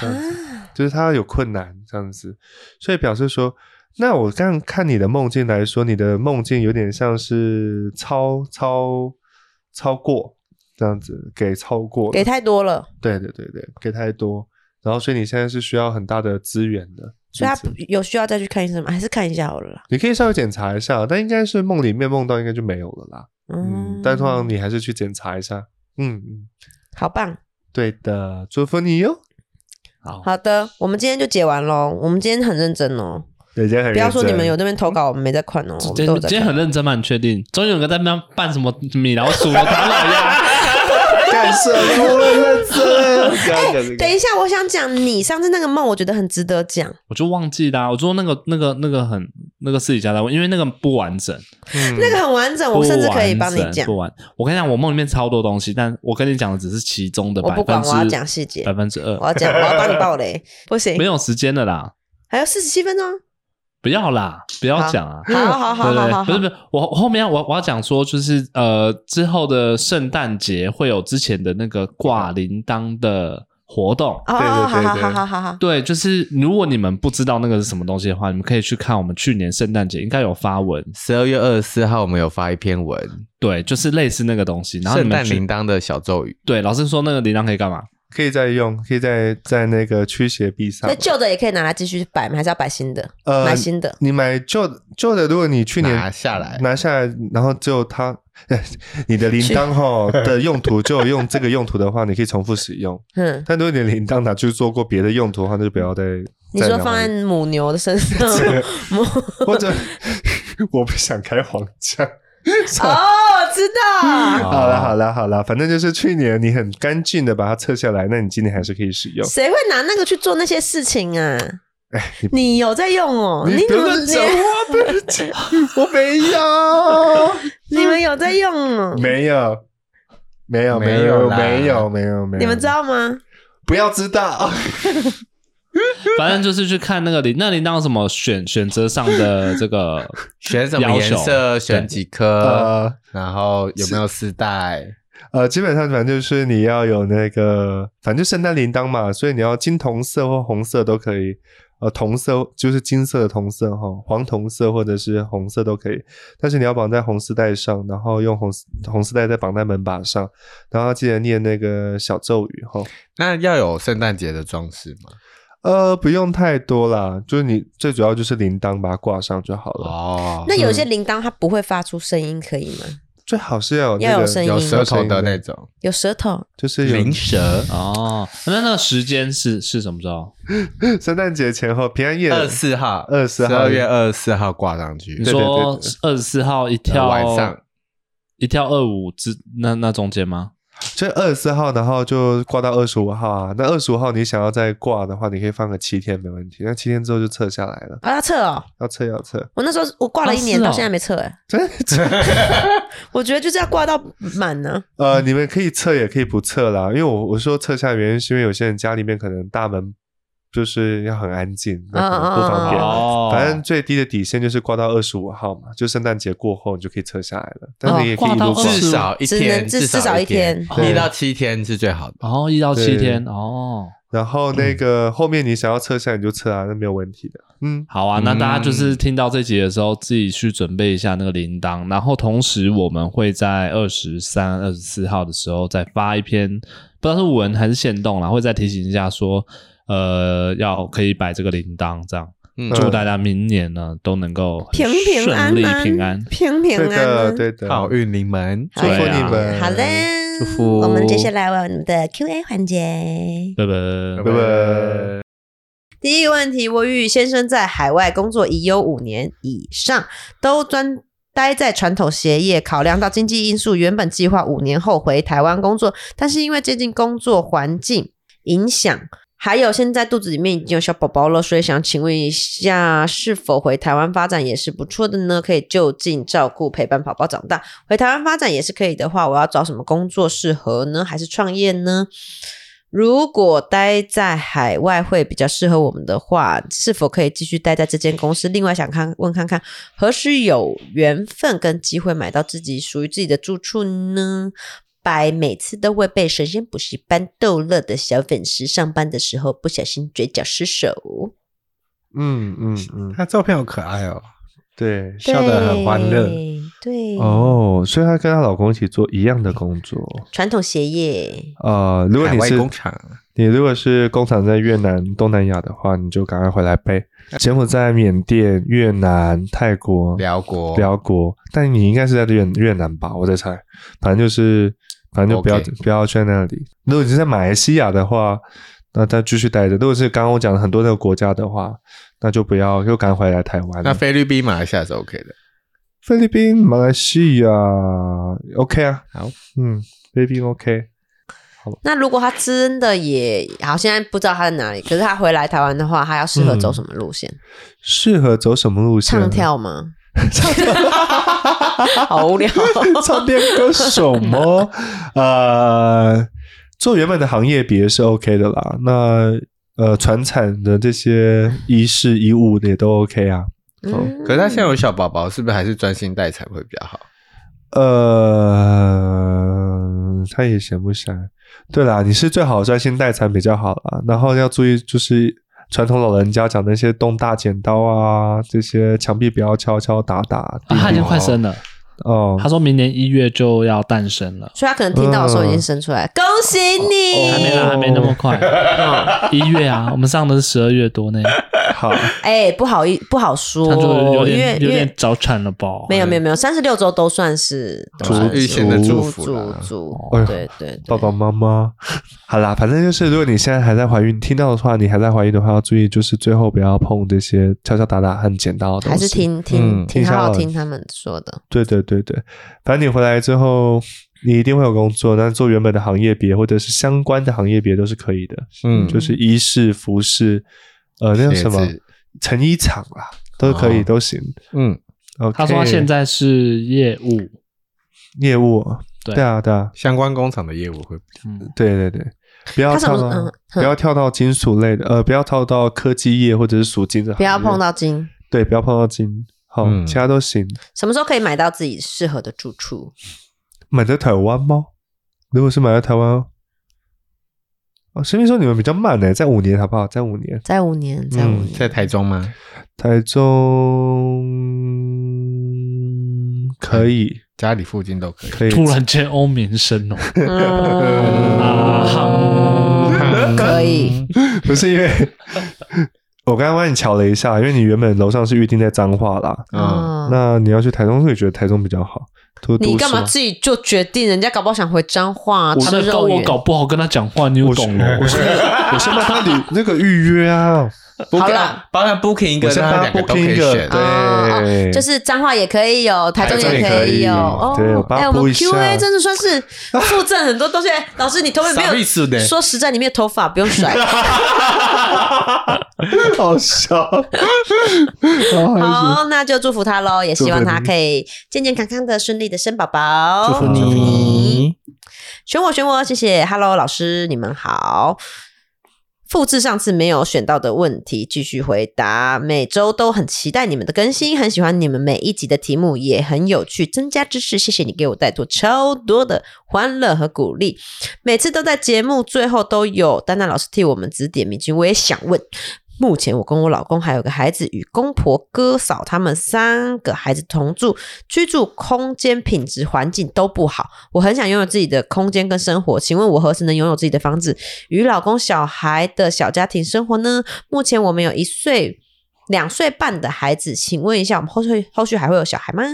这样子
啊，
就是他有困难这样子，所以表示说，那我刚看你的梦境来说，你的梦境有点像是超超超过这样子，给超过了
给太多了，
对对对对，给太多，然后所以你现在是需要很大的资源的，
所以他
因此
有需要再去看医生吗？还是看一下好了啦。
你可以稍微检查一下，但应该是梦里面梦到应该就没有了啦。嗯
嗯，，
但通常你还是去检查一下。嗯嗯，
好棒。
对的，祝福你哟。
好，
好的，我们今天就解完喽。我们今天很认真哦，
对，今天很
不要说
认
你
真
们 有那边投稿，我们没在看哦，我
今
们
天
都有
今
在
天
看。
很认真嘛，你确定？终于有个在那边扮什么米老鼠、唐老 鸭，
干什么认真？
哎、
这样子
等一下，我想讲你上次那个梦，我觉得很值得讲。
嗯
我就忘记啦、我说那个那个那个很那个私底下在问，因为那个不完整，
嗯
那个很完哦整，我甚至可以帮你讲
不。完，我跟你讲，我梦里面超多东西，但我跟你讲的只是其中的
我
百
不
分
管
之
我要讲细节
百分之
我
二，
要讲，我要帮你爆雷，不行
没，有时间了啦，
还有四十七分钟啊。
不要啦，不要讲啊。
好好 好
对
好好
对，不是
好
不，是，我我后面要我我要讲说，就是呃，之后的圣诞节会有之前的那个挂铃铛的活动，
哦，
对对
好好
对
好
对
好好好好，
对，就是如果你们不知道那个是什么东西的话，你们可以去看我们去年圣诞节应该有发文，
十二月二十四号我们有发一篇文，
对，就是类似那个东西。然后你
圣
们
诞
去
铃铛的小咒语，
对，老师说那个铃铛可以干嘛？
可以再用，可以在在那个驱邪避煞
那。旧的也可以拿来继续摆吗？还是要摆新的？
呃
买新的。
你买旧的旧的，如果你去年
拿下来
拿下来，然后只有它， 你的铃铛哈的用途就有用这个用途的话，你可以重复使 用。
嗯，
但如果你的铃铛拿去做过别的用途的话，那就不要再。
你
再
说
拿
放在
了
母牛的身上， 母
或者 我不想开黄腔。
哦，知道。
好了好了好了，反正就是去年你很干净的把它撤下来，那你今年还是可以使 用。
谁会拿那个去做那些事情啊？你有在用哦？
你
怎
不
么
要讲
连
我，不要讲，我没有。
你们有在用哦？
没有，没有，
没
没有，
有啦
没有，没有，没 有。
你们知？道吗？
不要知道。
反正就是去看那个铃，那铃铛有什么选选择上的这个
选什么
要
颜
求
色，选
对
几颗，
呃
然后有没有丝带，
呃，基本上反正就是你要有那个，反正就圣诞铃铛嘛，所以你要金铜色或红色都可以。呃，铜色就是金色的铜色哈，黄铜色或者是红色都可以，但是你要绑在红丝带上，然后用红丝红丝带再绑在门把上，然后记得念那个小咒语哈。
那要有圣诞节的装饰吗？
呃，不用太多啦，就是你最主要就是铃铛把它挂上就好了。
哦
那有些铃铛它不会发出声音，可以吗？
最好是要有、那个、
要有声音
有舌头的那种
有舌头，啊
就是有
舌。
哦。那那个时间是是什么时候？
圣诞节前后平安夜
二十四号，
24号
十二月二十四号挂上去
你
对，
说二十四号一跳、
呃晚上
一跳二五之那那中间吗？
就二十四号，然后就挂到二十五号啊。那二十五号你想要再挂的话，你可以放个七天没问题。那七天之后就撤下来了，
啊，要测哦。
要撤要撤，
我那时候我挂了一年，
啊是哦
到现在没测哎。
真的撤。
我觉得就是要挂到满呢。
呃，你们可以撤也可以不撤啦，因为我我说撤下的原因是因为有些人家里面可能大门就是要很安静，那可能不方便。
啊啊啊
哦，
反正最低的底线就是挂到二十五号嘛，就圣诞节过后你就可以撤下来了。但是你也可以
哦
一路
挂到
挂
25
至少一
只
天，
能至
至
至少一
一
天
对
一到七天是最好的。
哦一到七
对
天哦。
然后那个后面你想要撤下来你就撤啊，那没有问题的。嗯，
好啊，
嗯
那大家就是听到这集的时候，自己去准备一下那个铃铛，然后同时我们会在二十三、二十四号的时候再发一篇，不知道是文还是线动啦，会再提醒一下说，呃，要可以摆这个铃铛，这样
嗯，
祝大家明年呢都能够很
平平安
顺利
安，
平安。
平平
对
安
的
安。
对的。
好运临门，
哎
祝福你们，
好嘞，
祝福
我们接下来我们的 Q&A 环节。
拜拜。
拜拜。
第一个问题，我与先生在海外工作已有五年以上，都专待在传统鞋业。考量到经济因素，原本计划五年后回台湾工作，但是因为最近工作环境影响，还有现在肚子里面已经有小宝宝了，所以想请问一下，是否回台湾发展也是不错的呢？可以就近照顾陪伴宝宝长大，回台湾发展也是可以的话，我要找什么工作适合呢？还是创业呢？如果待在海外会比较适合我们的话，是否可以继续待在这间公司？另外想看问看看，何时有缘分跟机会买到自己属于自己的住处呢？白每次都会被神仙补习班逗乐的小粉丝，上班的时候不小心嘴角失手，
嗯嗯嗯，
他照片好可爱哦，
对
笑得很欢乐
对对，
哦，所以她跟她老公一起做一样的工作。
传统鞋业，
呃，如果
海
你
外
是
工厂，
你如果是工厂在越南、东南亚的话，你就赶快回来呗。柬埔寨、缅甸、越南、泰国、
嗯辽国，
辽国，但你应该是在越越南吧？我在猜，反正就是，反正就不要
OK
不要去那里。如果你是在马来西亚的话，那再继续待着。如果是刚刚我讲的很多那个国家的话，那就不要又赶回来台湾了。
那菲律宾、马来西亚是 OK 的。
菲律宾、马来西亚，OK 啊，
好，
嗯，菲律宾 OK。
那如果他真的也好，现在不知道他在哪里，可是他回来台湾的话，他要适合走什么路线？
适合走什么路线？
唱，跳吗？好无聊。
唱片歌手 吗？呃，做原本的行业别是 OK 的啦。那呃，传产的这些衣饰衣物的也都 OK 啊。
嗯
可是他现在有小宝宝，是不是还是专心待产会比较好？
呃，他也闲不闲？对啦，你是最好专心待产比较好啦。然后要注意，就是传统老人家讲那些动大剪刀啊，这些墙壁不要敲敲打打。
啊，他已经快生了，
哦，
他说明年一月就要诞生了，
所以他可能听到的时候已经生出来，恭喜
哦
你！
还没啦，还没那么快，一月啊，我们上的是十二月多呢，
好，
哎、不好意不好说
那就，有
哦因为
点有
因
点哎
为
早产了吧？
没有没有没有，三十六周都算是都算是
预先的祝福
祝
啦
祝
哎呦
对对
爸
对，
爸妈妈，好啦，反正就是，如果你现在还在怀孕，听到的话，你还在怀孕的话，要注意，就是最后不要碰这些敲敲打打和剪刀的东
还
西。
是听听
嗯
听
听
好
下
好
来
听他们说的。
对对对对，反正你回来之后，你一定会有工作，但做原本的行业别或者是相关的行业别都是可以的，
嗯
就是衣饰、服饰，呃，那叫什么
鞋子
成衣厂啦，都可以，
哦
都行。
嗯，
o
他说他现在是业务，
业务，
对
对啊对啊，
相关工厂的业务会
嗯，
对对对。不要
他什么
跳到、
嗯
不要跳到金属类的，呃，不要跳到科技业或者是属金的行业，
不要碰到金。
对，不要碰到金，好，
嗯
其他都行。
什么时候可以买到自己适合的住处？
买在台湾吗？如果是买在台湾，哦，身边说你们比较慢呢、在五年好不好？在五年，
在五年，在五
嗯
年，
在台中吗？
台中可以，
家里附近都可以。
可以。
突然间欧民生哦，
嗯
啊
可以，
不是 因为我刚刚帮你瞧了一下，因为你原本楼上是预定在彰化啦，
嗯，
嗯，
那你要去台中，所以觉得台中比较好。都
你
都
干
市
嘛
嘛
自己就决定？人家搞不好想回彰化，
他
吃
在搞
肉
我
圆。
搞不好跟他讲话，你有
我是
懂吗？
我是
啊
我先帮他旅那个预 约啊，
好
Book-
啦
帮他 booking 一个，
我先
让
帮
他
他
两个都
booking
可
一
以
个
选。
对
哦，就是彰化也可以有，哎台中也可以有。哦
台中也可以对我，帮
哎，
他
我们
铺一下
Q&A 真的算是附赠很多东西。老师，你头发没
啥意思
有？
呢
说实在，你没有头发，不用甩。
好笑。
好，那就祝福他喽，也希望
祝福
他
你
可以健健康康的、顺利的生宝宝。
祝福你
选我，选我，谢谢，Hello 老师，你们好。复制上次没有选到的问题，继续回答。每周都很期待你们的更新，很喜欢你们每一集的题目，也很有趣，增加知识。谢谢你给我带做超多的欢乐和鼓励。每次都在节目最后都有丹丹老师替我们指点迷津。我也想问，目前我跟我老公还有个孩子与公婆、哥嫂他们三个孩子同住，居住空间品质、环境都不好。我很想拥有自己的空间跟生活，请问我何时能拥有自己的房子，与老公、小孩的小家庭生活呢？目前我们有一岁、两岁半的孩子，请问一下，我们后续后续还会有小孩吗？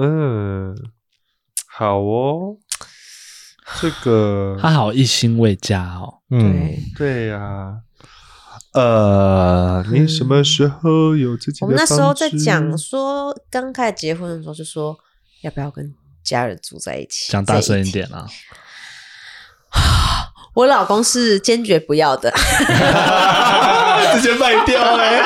嗯，好哦，这个
他好一心为家哦，
嗯，，
对呀、呃，你什么时候有自己的？
我们那时候在讲，说，刚开始结婚的时候就说要不要跟家人住在一起，
讲大声一
这题。
点啊，
我老公是坚决不要的，
直接卖掉哎、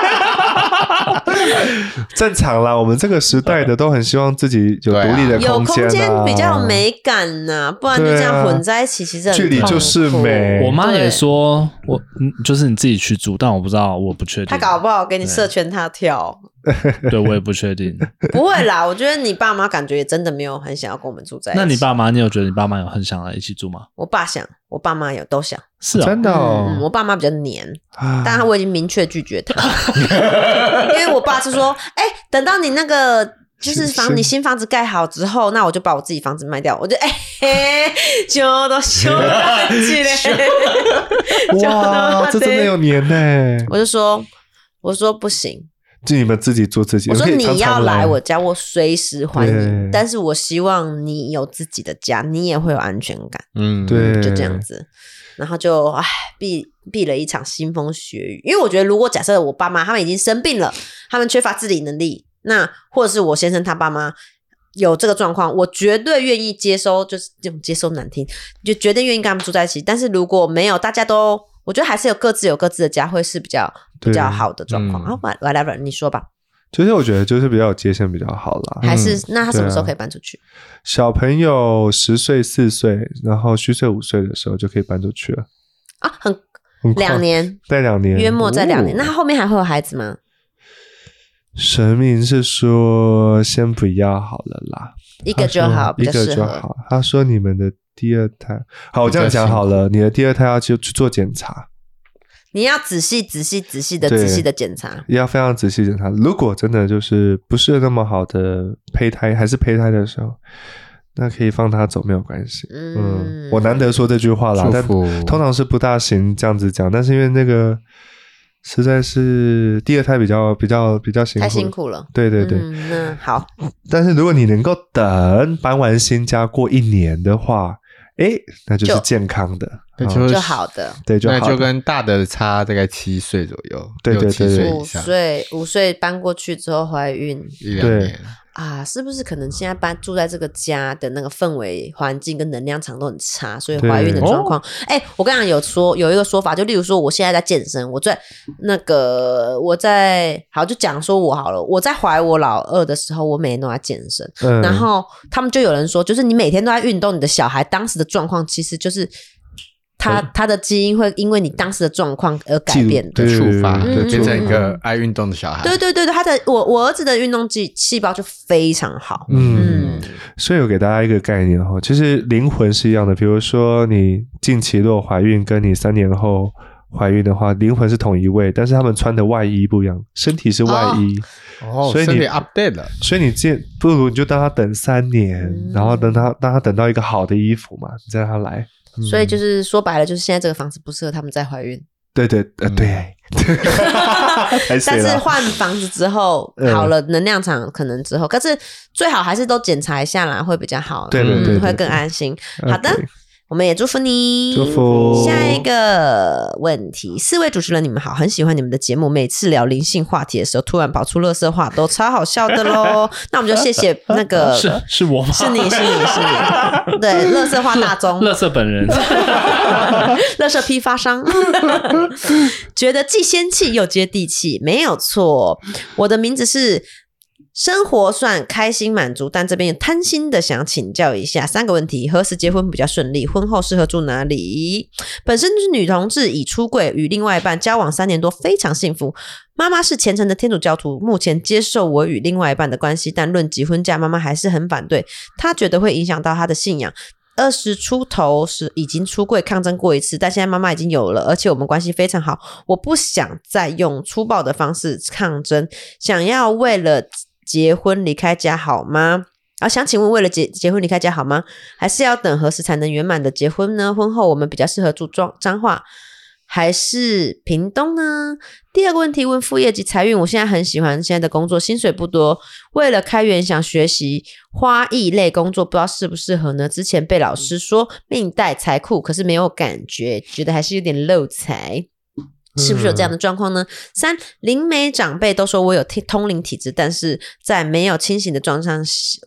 正常啦，我们这个时代的都很希望自己有独立 的
有
空
空
间、
间
啊，
比较有美感呐、不然就这样混在一起，其实很
距离
痛
就是
苦
美
我妈也
对
说，我嗯就是你自己去住，但我不知道，我不确定。
他搞不好给你设圈他跳，
对我也不确 定。
不会啦。我觉得你爸妈感觉也真的没有很想要跟我们住在一起。
那你爸妈，你有觉得你爸妈有很想来一起住吗？
我爸想，我爸妈有都想。
是啊、
真的、哦
嗯，我爸妈比较黏，
啊
但我已经明确拒绝他， 因为我爸是说，哎、等到你那个就是
新
房
新
你新房子盖好之后，那我就把我自己房子卖掉，我就哎、嘿，就都 修了起来，
哇，这真的有年呢、
嗯我 就说，我说不行，
就你们自己做自己，
我说
可以
你
常常
要来
来
我家，我随时欢迎
对，
但是我希望你有自己的家，你也会有安全感，
嗯，
对，
就这样子。然后就唉，毕避了一场腥风血雨。因为我觉得，如果假设我爸妈他们已经生病了，他们缺乏自理能力，那或者是我先生他爸妈有这个状况，我绝对愿意接收，就是这种接收难听，就绝对愿意跟他们住在一起。但是如果没有，大家都我觉得还是有各自有各自的家，会是比较比
对
较好的状况。
嗯
啊、w h a t e v e r 你说吧，
其实我觉得就是比较有界限比较好啦。
还是、那他什么
对啊
时候可以搬出去？
小朋友十岁、四岁，然后虚岁、五岁的时候就可以搬出去了，
啊，很
很快
两，年，
在两年，
约莫在两年。
哦
那他后面还会有孩子吗？
神明是说先不要好了啦，
一个就好，比
一
较
个
适
就
合。
好。他说你们的第二胎，好，我这样
比较
讲
辛苦
好了，你的第二胎要去去做检查，
你要仔细、仔细、仔细的、
对
仔细的检查。
要非常仔细检查。如果真的就是不是那么好的胚胎，还是胚胎的时候，那可以放他走没有关系。
嗯
嗯，我难得说这句话啦，
祝
但
福
通常是不大行这样子讲，但是因为那个实在是第二胎比较比较比较辛苦，
太辛。苦了。
对对对，
嗯，那好，
但是如果你能够等搬完新家过一年的话，诶，那就
就是
健康的，
那
嗯
就
就好的。
对就
那
好了
就跟大的差大概七岁左右，
对对
六七
对
岁
对
以
五
下，
岁，五岁搬过去之后怀孕
一两
对
年。
啊，是不是可能现在搬住在这个家的那个氛围、环境跟能量场都很差，所以
对哦
怀孕的状况？哎、我跟你讲，有说有一个说法，就例如说，我现在在健身，我在那个我在好就讲说我好了，我在怀我老二的时候，我每天都在健身，
嗯，
然后他们就有人说，就是你每天都在运动，你的小孩当时的状况其实就是他、他的基因会因为你当时的状况而改
嗯记录
变的。
的
对
触发，
对
就
对
变成一
对
个爱运动的小孩。
对对对对，他的我我儿子的运动细细胞就非常好。
嗯
嗯，
所以我给大家一个概念哈，其实灵魂是一样的。比如说你近期若怀孕，跟你三年后怀孕的话，灵魂是同一位，但是他们穿的外衣不一样，身体是外衣，
哦，
所以
身
你
体 update 了，
所以你见不如你就让他等三年，
嗯
然后等他让他等到一个好的衣服嘛，你再让他来。嗯
所以就是说白了，就是现在这个房子不适合他们再怀孕，
对对呃
嗯
对，嗯但
但 是换房子之后
嗯
好了，能量场可能之后，可是最好还是都检查一下啦，会比较好，
对对
嗯
对对嗯
会更安心。好的
OK，
我们也祝福你，
祝福
下一个问题，四位主持人，你们好，很喜欢你们的节目。每次聊灵性话题的时候，突然跑出乐色话，都超好笑的 喽。那我们就谢谢那个，
是是我吗？
是你是你是你，对，乐色话大 宗，
乐色 本人，
乐色批发商， 觉得既仙气又接地气，没有错。我的名字是生活算开心满足，但这边有贪心的想请教一下三个问题：何时结婚比较顺利？婚后适合住哪里？本身是女同志，已出柜，与另外一半交往三年多，非常幸福。妈妈是虔诚的天主教徒，目前接受我与另外一半的关系，但论及婚嫁，妈妈还是很反对，她觉得会影响到她的信仰。二十出头时已经出柜抗争过一次，但现在妈妈已经有了，而且我们关系非常好。我不想再用粗暴的方式抗争，想要为了结婚离开家好吗？啊，想请问，为了结结婚离开家好吗？还是要等何时才能圆满的结婚呢？婚后我们比较适合住彰彰化还是屏东呢？第二个问题问副业及财运，我现在很喜欢现在的工作，薪水不多，为了开源想学习花艺类工作，不知道适不适合呢？之前被老师说命带财库，可是没有感觉，觉得还是有点漏财。是不是有这样的状况呢？三灵媒长辈都说我有听通灵体质，但是在没有清醒的状况下，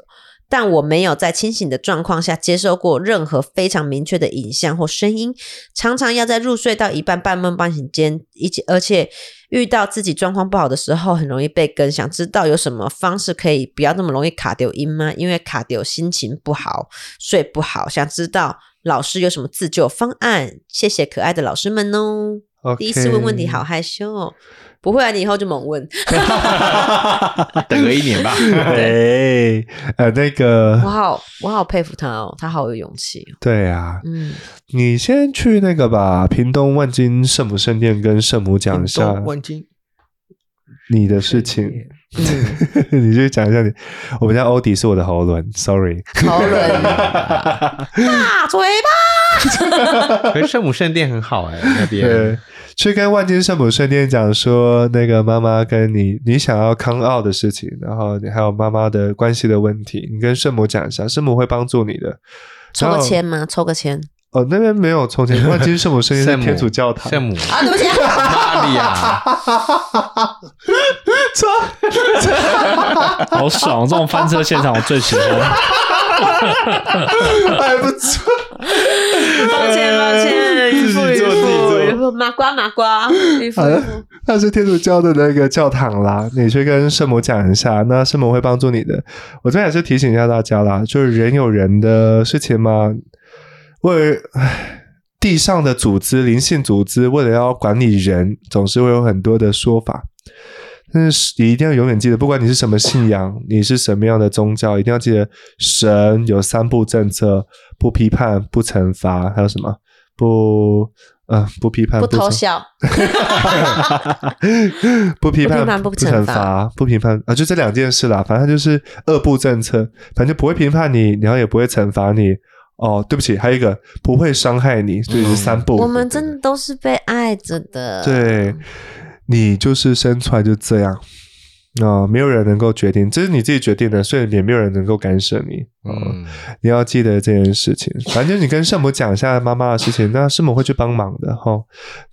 但我没有在清醒的状况下接收过任何非常明确的影像或声音，常常要在入睡到一半半梦半醒间，以及而且遇到自己状况不好的时候，很容易被跟。想知道有什么方式可以不要那么容易卡丢音吗？因为卡丢心情不好，睡不好。想知道老师有什么自救方案？谢谢可爱的老师们哦。第一次问问题，好，害羞哦。不会啊，你以后就猛问。
等个一年 吧。
哎，呃，那
我
个，
好，我好佩服他哦，他好有勇气哦。
对啊，
嗯，
你先去那个吧，屏东万金圣母圣殿跟圣母讲一下
万金
你的事情， 你就讲一下你。我们家欧迪是我的喉轮，sorry，
好冷大嘴巴。
可是圣母圣殿很好哎，那边
对，去跟万金圣母圣殿讲说，那个妈妈跟你你想要康奥的事情，然后你还有妈妈的关系的问题，你跟圣母讲一下，圣母会帮助你的。
抽
然
个
后
签吗？抽个签。
呃，那边没有从前万金圣母圣殿是天主教堂，
圣母
啊，对不起，
哪里啊？
好爽！这种翻车现场我最喜欢。
还不错。
抱歉抱歉，
哎自
一
己
副
做
一
自己做哎
副一副麻瓜麻瓜，一副
好
一
的
副。
那是天主教的那个教堂啦，你去跟圣母讲一下，那圣母会帮助你的。我这边也是提醒一下大家啦，就是人有人的事情嘛，为唉地上的组织、灵性组织，为了要管理人，总是会有很多的说法。但是你一定要永远记得，不管你是什么信仰，你是什么样的宗教，一定要记得，神有三不政策：不批判、不惩罚，还有什么？不，呃，不批判、
不
惩
偷笑，
不批
不批
判、
判
不
不
惩
惩罚
罚、不评判啊，就这两件事啦。反正它就是二部政策，反正不会评判你，然后也不会惩罚你。哦，对不起，还有一个不会伤害你，所以是三步。
嗯我们真的都是被爱着的。
对，你就是生出来就这样。啊、没有人能够决定，这是你自己决定的，所以也没有人能够干涉你。嗯，
嗯，
你要记得这件事情。 反正就是你跟圣母讲一下妈妈的事情，那圣母会去帮忙的哈。吼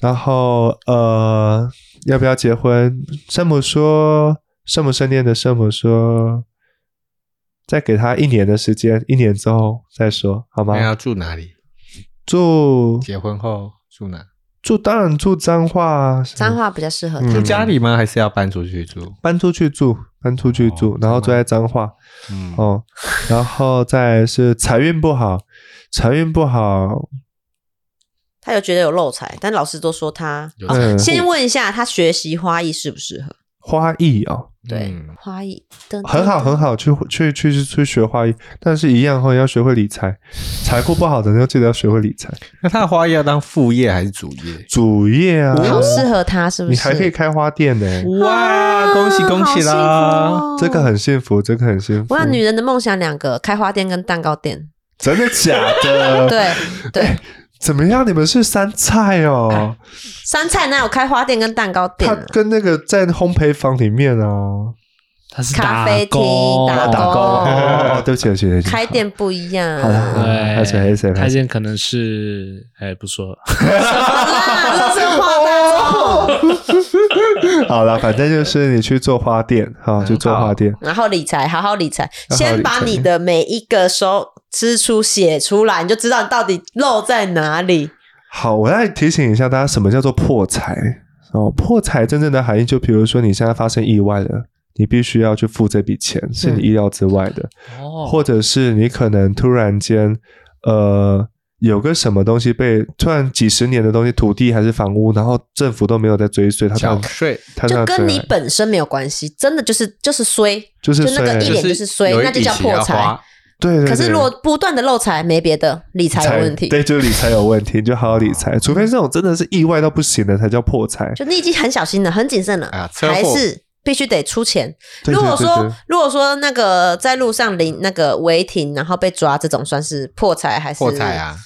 然后呃，要不要结婚？圣母说，圣母圣殿的圣母说，再给他一年的时间，一年之后再说好吗
那？要住哪里？
住
结婚后住哪？
住，当然住彰化啊，
脏话比较适合他
嗯
住家里吗？还是要搬出去住？
搬出去住，搬出去住，
哦
然后
彰化
住在彰化。
嗯，
哦，然后再来是财运不好，财运不好，
他有觉得有漏财，但老师都说他。
有
哦
财
嗯
先问一下他学习花艺适不适合？
花艺哦，
对
嗯，
花艺噔
很好，很
好。
好，去去去去学花艺，但是一样后要学会理财，财库不好的人要记得要学会理财，
那他的花艺要当副业还是主业？
主业啊，
好适合他是不
你
是？
还可以开花店呢、
哇，恭喜恭喜啦！
这个很幸福，这个很幸福
我。哦想女人的梦想两个，开花店跟蛋糕店。
真的假 的？
对对，
怎么样？你们是三菜哦，
山菜哪有开花店跟蛋糕啊店
它
啊？哦
跟那个在烘焙坊里面啊，
他是
咖
打
啡厅
工，
打
打工
哦
哦，对不起，对不起，对不起，
开店不一样。
好啦
对，
拍啊谁拍谁拍谁
开店可能是，哎，不说了。
垃圾话大众。
好了，反正就是你去做花店
嗯
哈，去做花店，
然后理财，好好理财，
好好理财
先把你的每一个收支出写出来，你就知道你到底漏在哪里。
好，我来提醒一下大家，什么叫做破财？哦，破财真正的含义，就比如说你现在发生意外了，你必须要去付这笔钱，是你意料之外的，
哦，
或者是你可能突然间，呃，有个什么东西被突然几十年的东西，土地还是房屋，然后政府都没有在追税，他
缴
哦
他
税
他
就跟你
本
本身没有关系，真的就是就是衰，
就是
就那个
衰
一点就是衰，
有一
那就叫
笔钱
破
要
财
花。。
对对对，
可是如果不断的漏财，没别的，理财有问题。
对，就是理财有问题，你就好好理财，除非这种真的是意外到不行的才叫破财。
就你已经很小心了，很谨慎了，
啊车祸
还是必须得出钱。
对
如果
对对对
说如果说那个在路上临那个违停，然后被抓，这种算是破财还是
破财啊？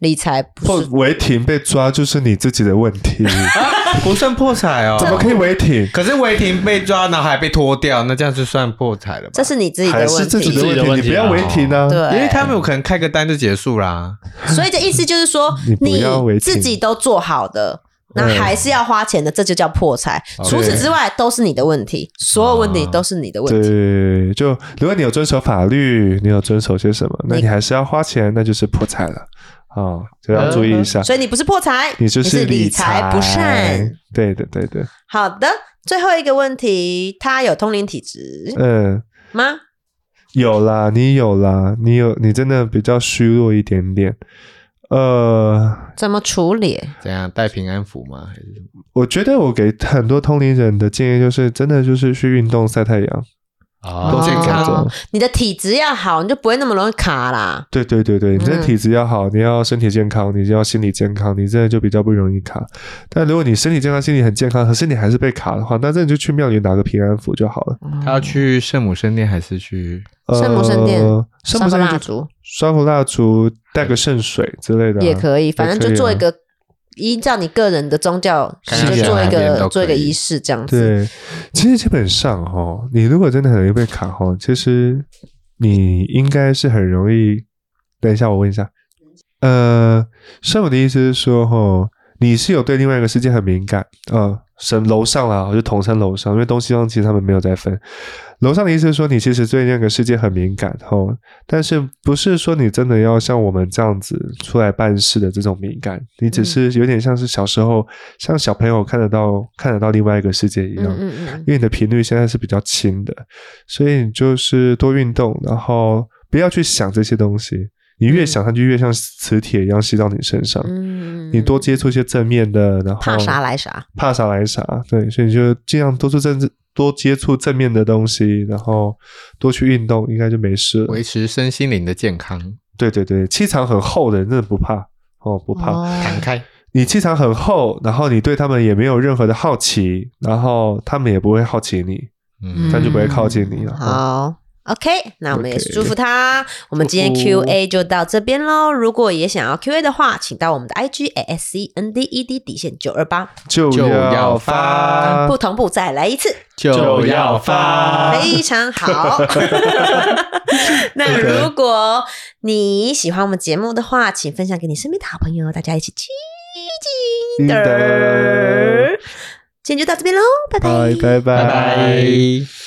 理财不
破
是
违停被抓就是你自己的问 题，
啊不算破财哦。
怎么可以违停？
可是违停被抓，然后还被脱掉，那这样就算破财了吧？
这是你自己的
还
问
是
题，
自己的
自己的
问
问
题？
题
你不要违停啊！
对，
因为他们有可能开个单就结束啦。
所以这意思就是说
你，不
你
要违停
自己都做好的，那
嗯
还是要花钱的，这就叫破财。除此之外，都是你的问题，所有问题都是你的问题。
对，就如果你有遵守法律，你有遵守些什么，那
你
你还是要花钱，那就是破财了啊！就要注意一下，
嗯所以你不是破财，
你就
你
理
理财不善。。
对的，对的，
好的，最后一个问题，他有通灵体质
嗯，
吗？
有啦，你有啦，你有，你真的比较虚弱一点点。呃，
怎么处理？
怎样带平安符吗？还是什么
我觉得我给很多通灵人的建议就是，真的就是去运动、晒太阳，
哦
都是
健
这
康
种。
你的体质要好，你就不会那么容易卡啦。
对对对对，你这
嗯
体质要好，你要身体健康，你就要心理健康，你这就比较不容易卡。但如果你身体健康、心理很健康，可是你还是被卡的话，那这你就去庙里拿个平安符就好了。
他要去圣母圣殿还是去？
呃
圣母圣殿
圣母
烧
圣
个
殿
蜡
就
烛
烧个蜡烛，带个圣水之类的啊、
也可以，反正
可以
就做
啊
一个。依照你个人的宗教，
信
就
仰
做一
哪边
个
都可以
做一个仪式这样子。
对，其实基本上哈、哦，你如果真的很容易被卡哈、哦，其实你应该是很容易。等一下，我问一下，呃，圣母的意思是说，吼，你是有对另外一个世界很敏感，呃，神楼上啦，我就同山楼上，因为东西方其实他们没有在分。楼上的意思是说，你其实对那个世界很敏感，吼，但是不是说你真的要像我们这样子出来办事的这种敏感，你只是有点像是小时候，像小朋友看得到看得到另外一个世界一样。
嗯嗯嗯，
因为你的频率现在是比较轻的，所以你就是多运动，然后不要去想这些东西。你越想，它就越像磁铁一样吸到你身上。
嗯
你多接触一些正面的，然后
怕啥来啥，
怕啥来啥。对，所以你就尽量多做正多接触正面的东西，然后多去运动，应该就没事了
维。持身心灵的健康，
对对对，气场很厚的人真的不怕哦，不怕。
哦
弹开。
你气场很厚，然后你对他们也没有任何的好奇，然后他们也不会好奇你。
嗯
这样就不会靠近你了
嗯好。OK，那我们也
OK
祝福他。我们今天
祝福
Q&A 就到这边喽。如果也想要 Q&A 的话，请到我们的 IG ASCNDED E 底线九二八，
就
就
要
要
发啊
发。
不同步再来一次，
就要发
非常 好。那如果你喜欢我们节目的话，请分享给你身边的好朋友，大家一起积
记
积
得
的。今天就到这边喽，拜
拜拜拜
拜拜。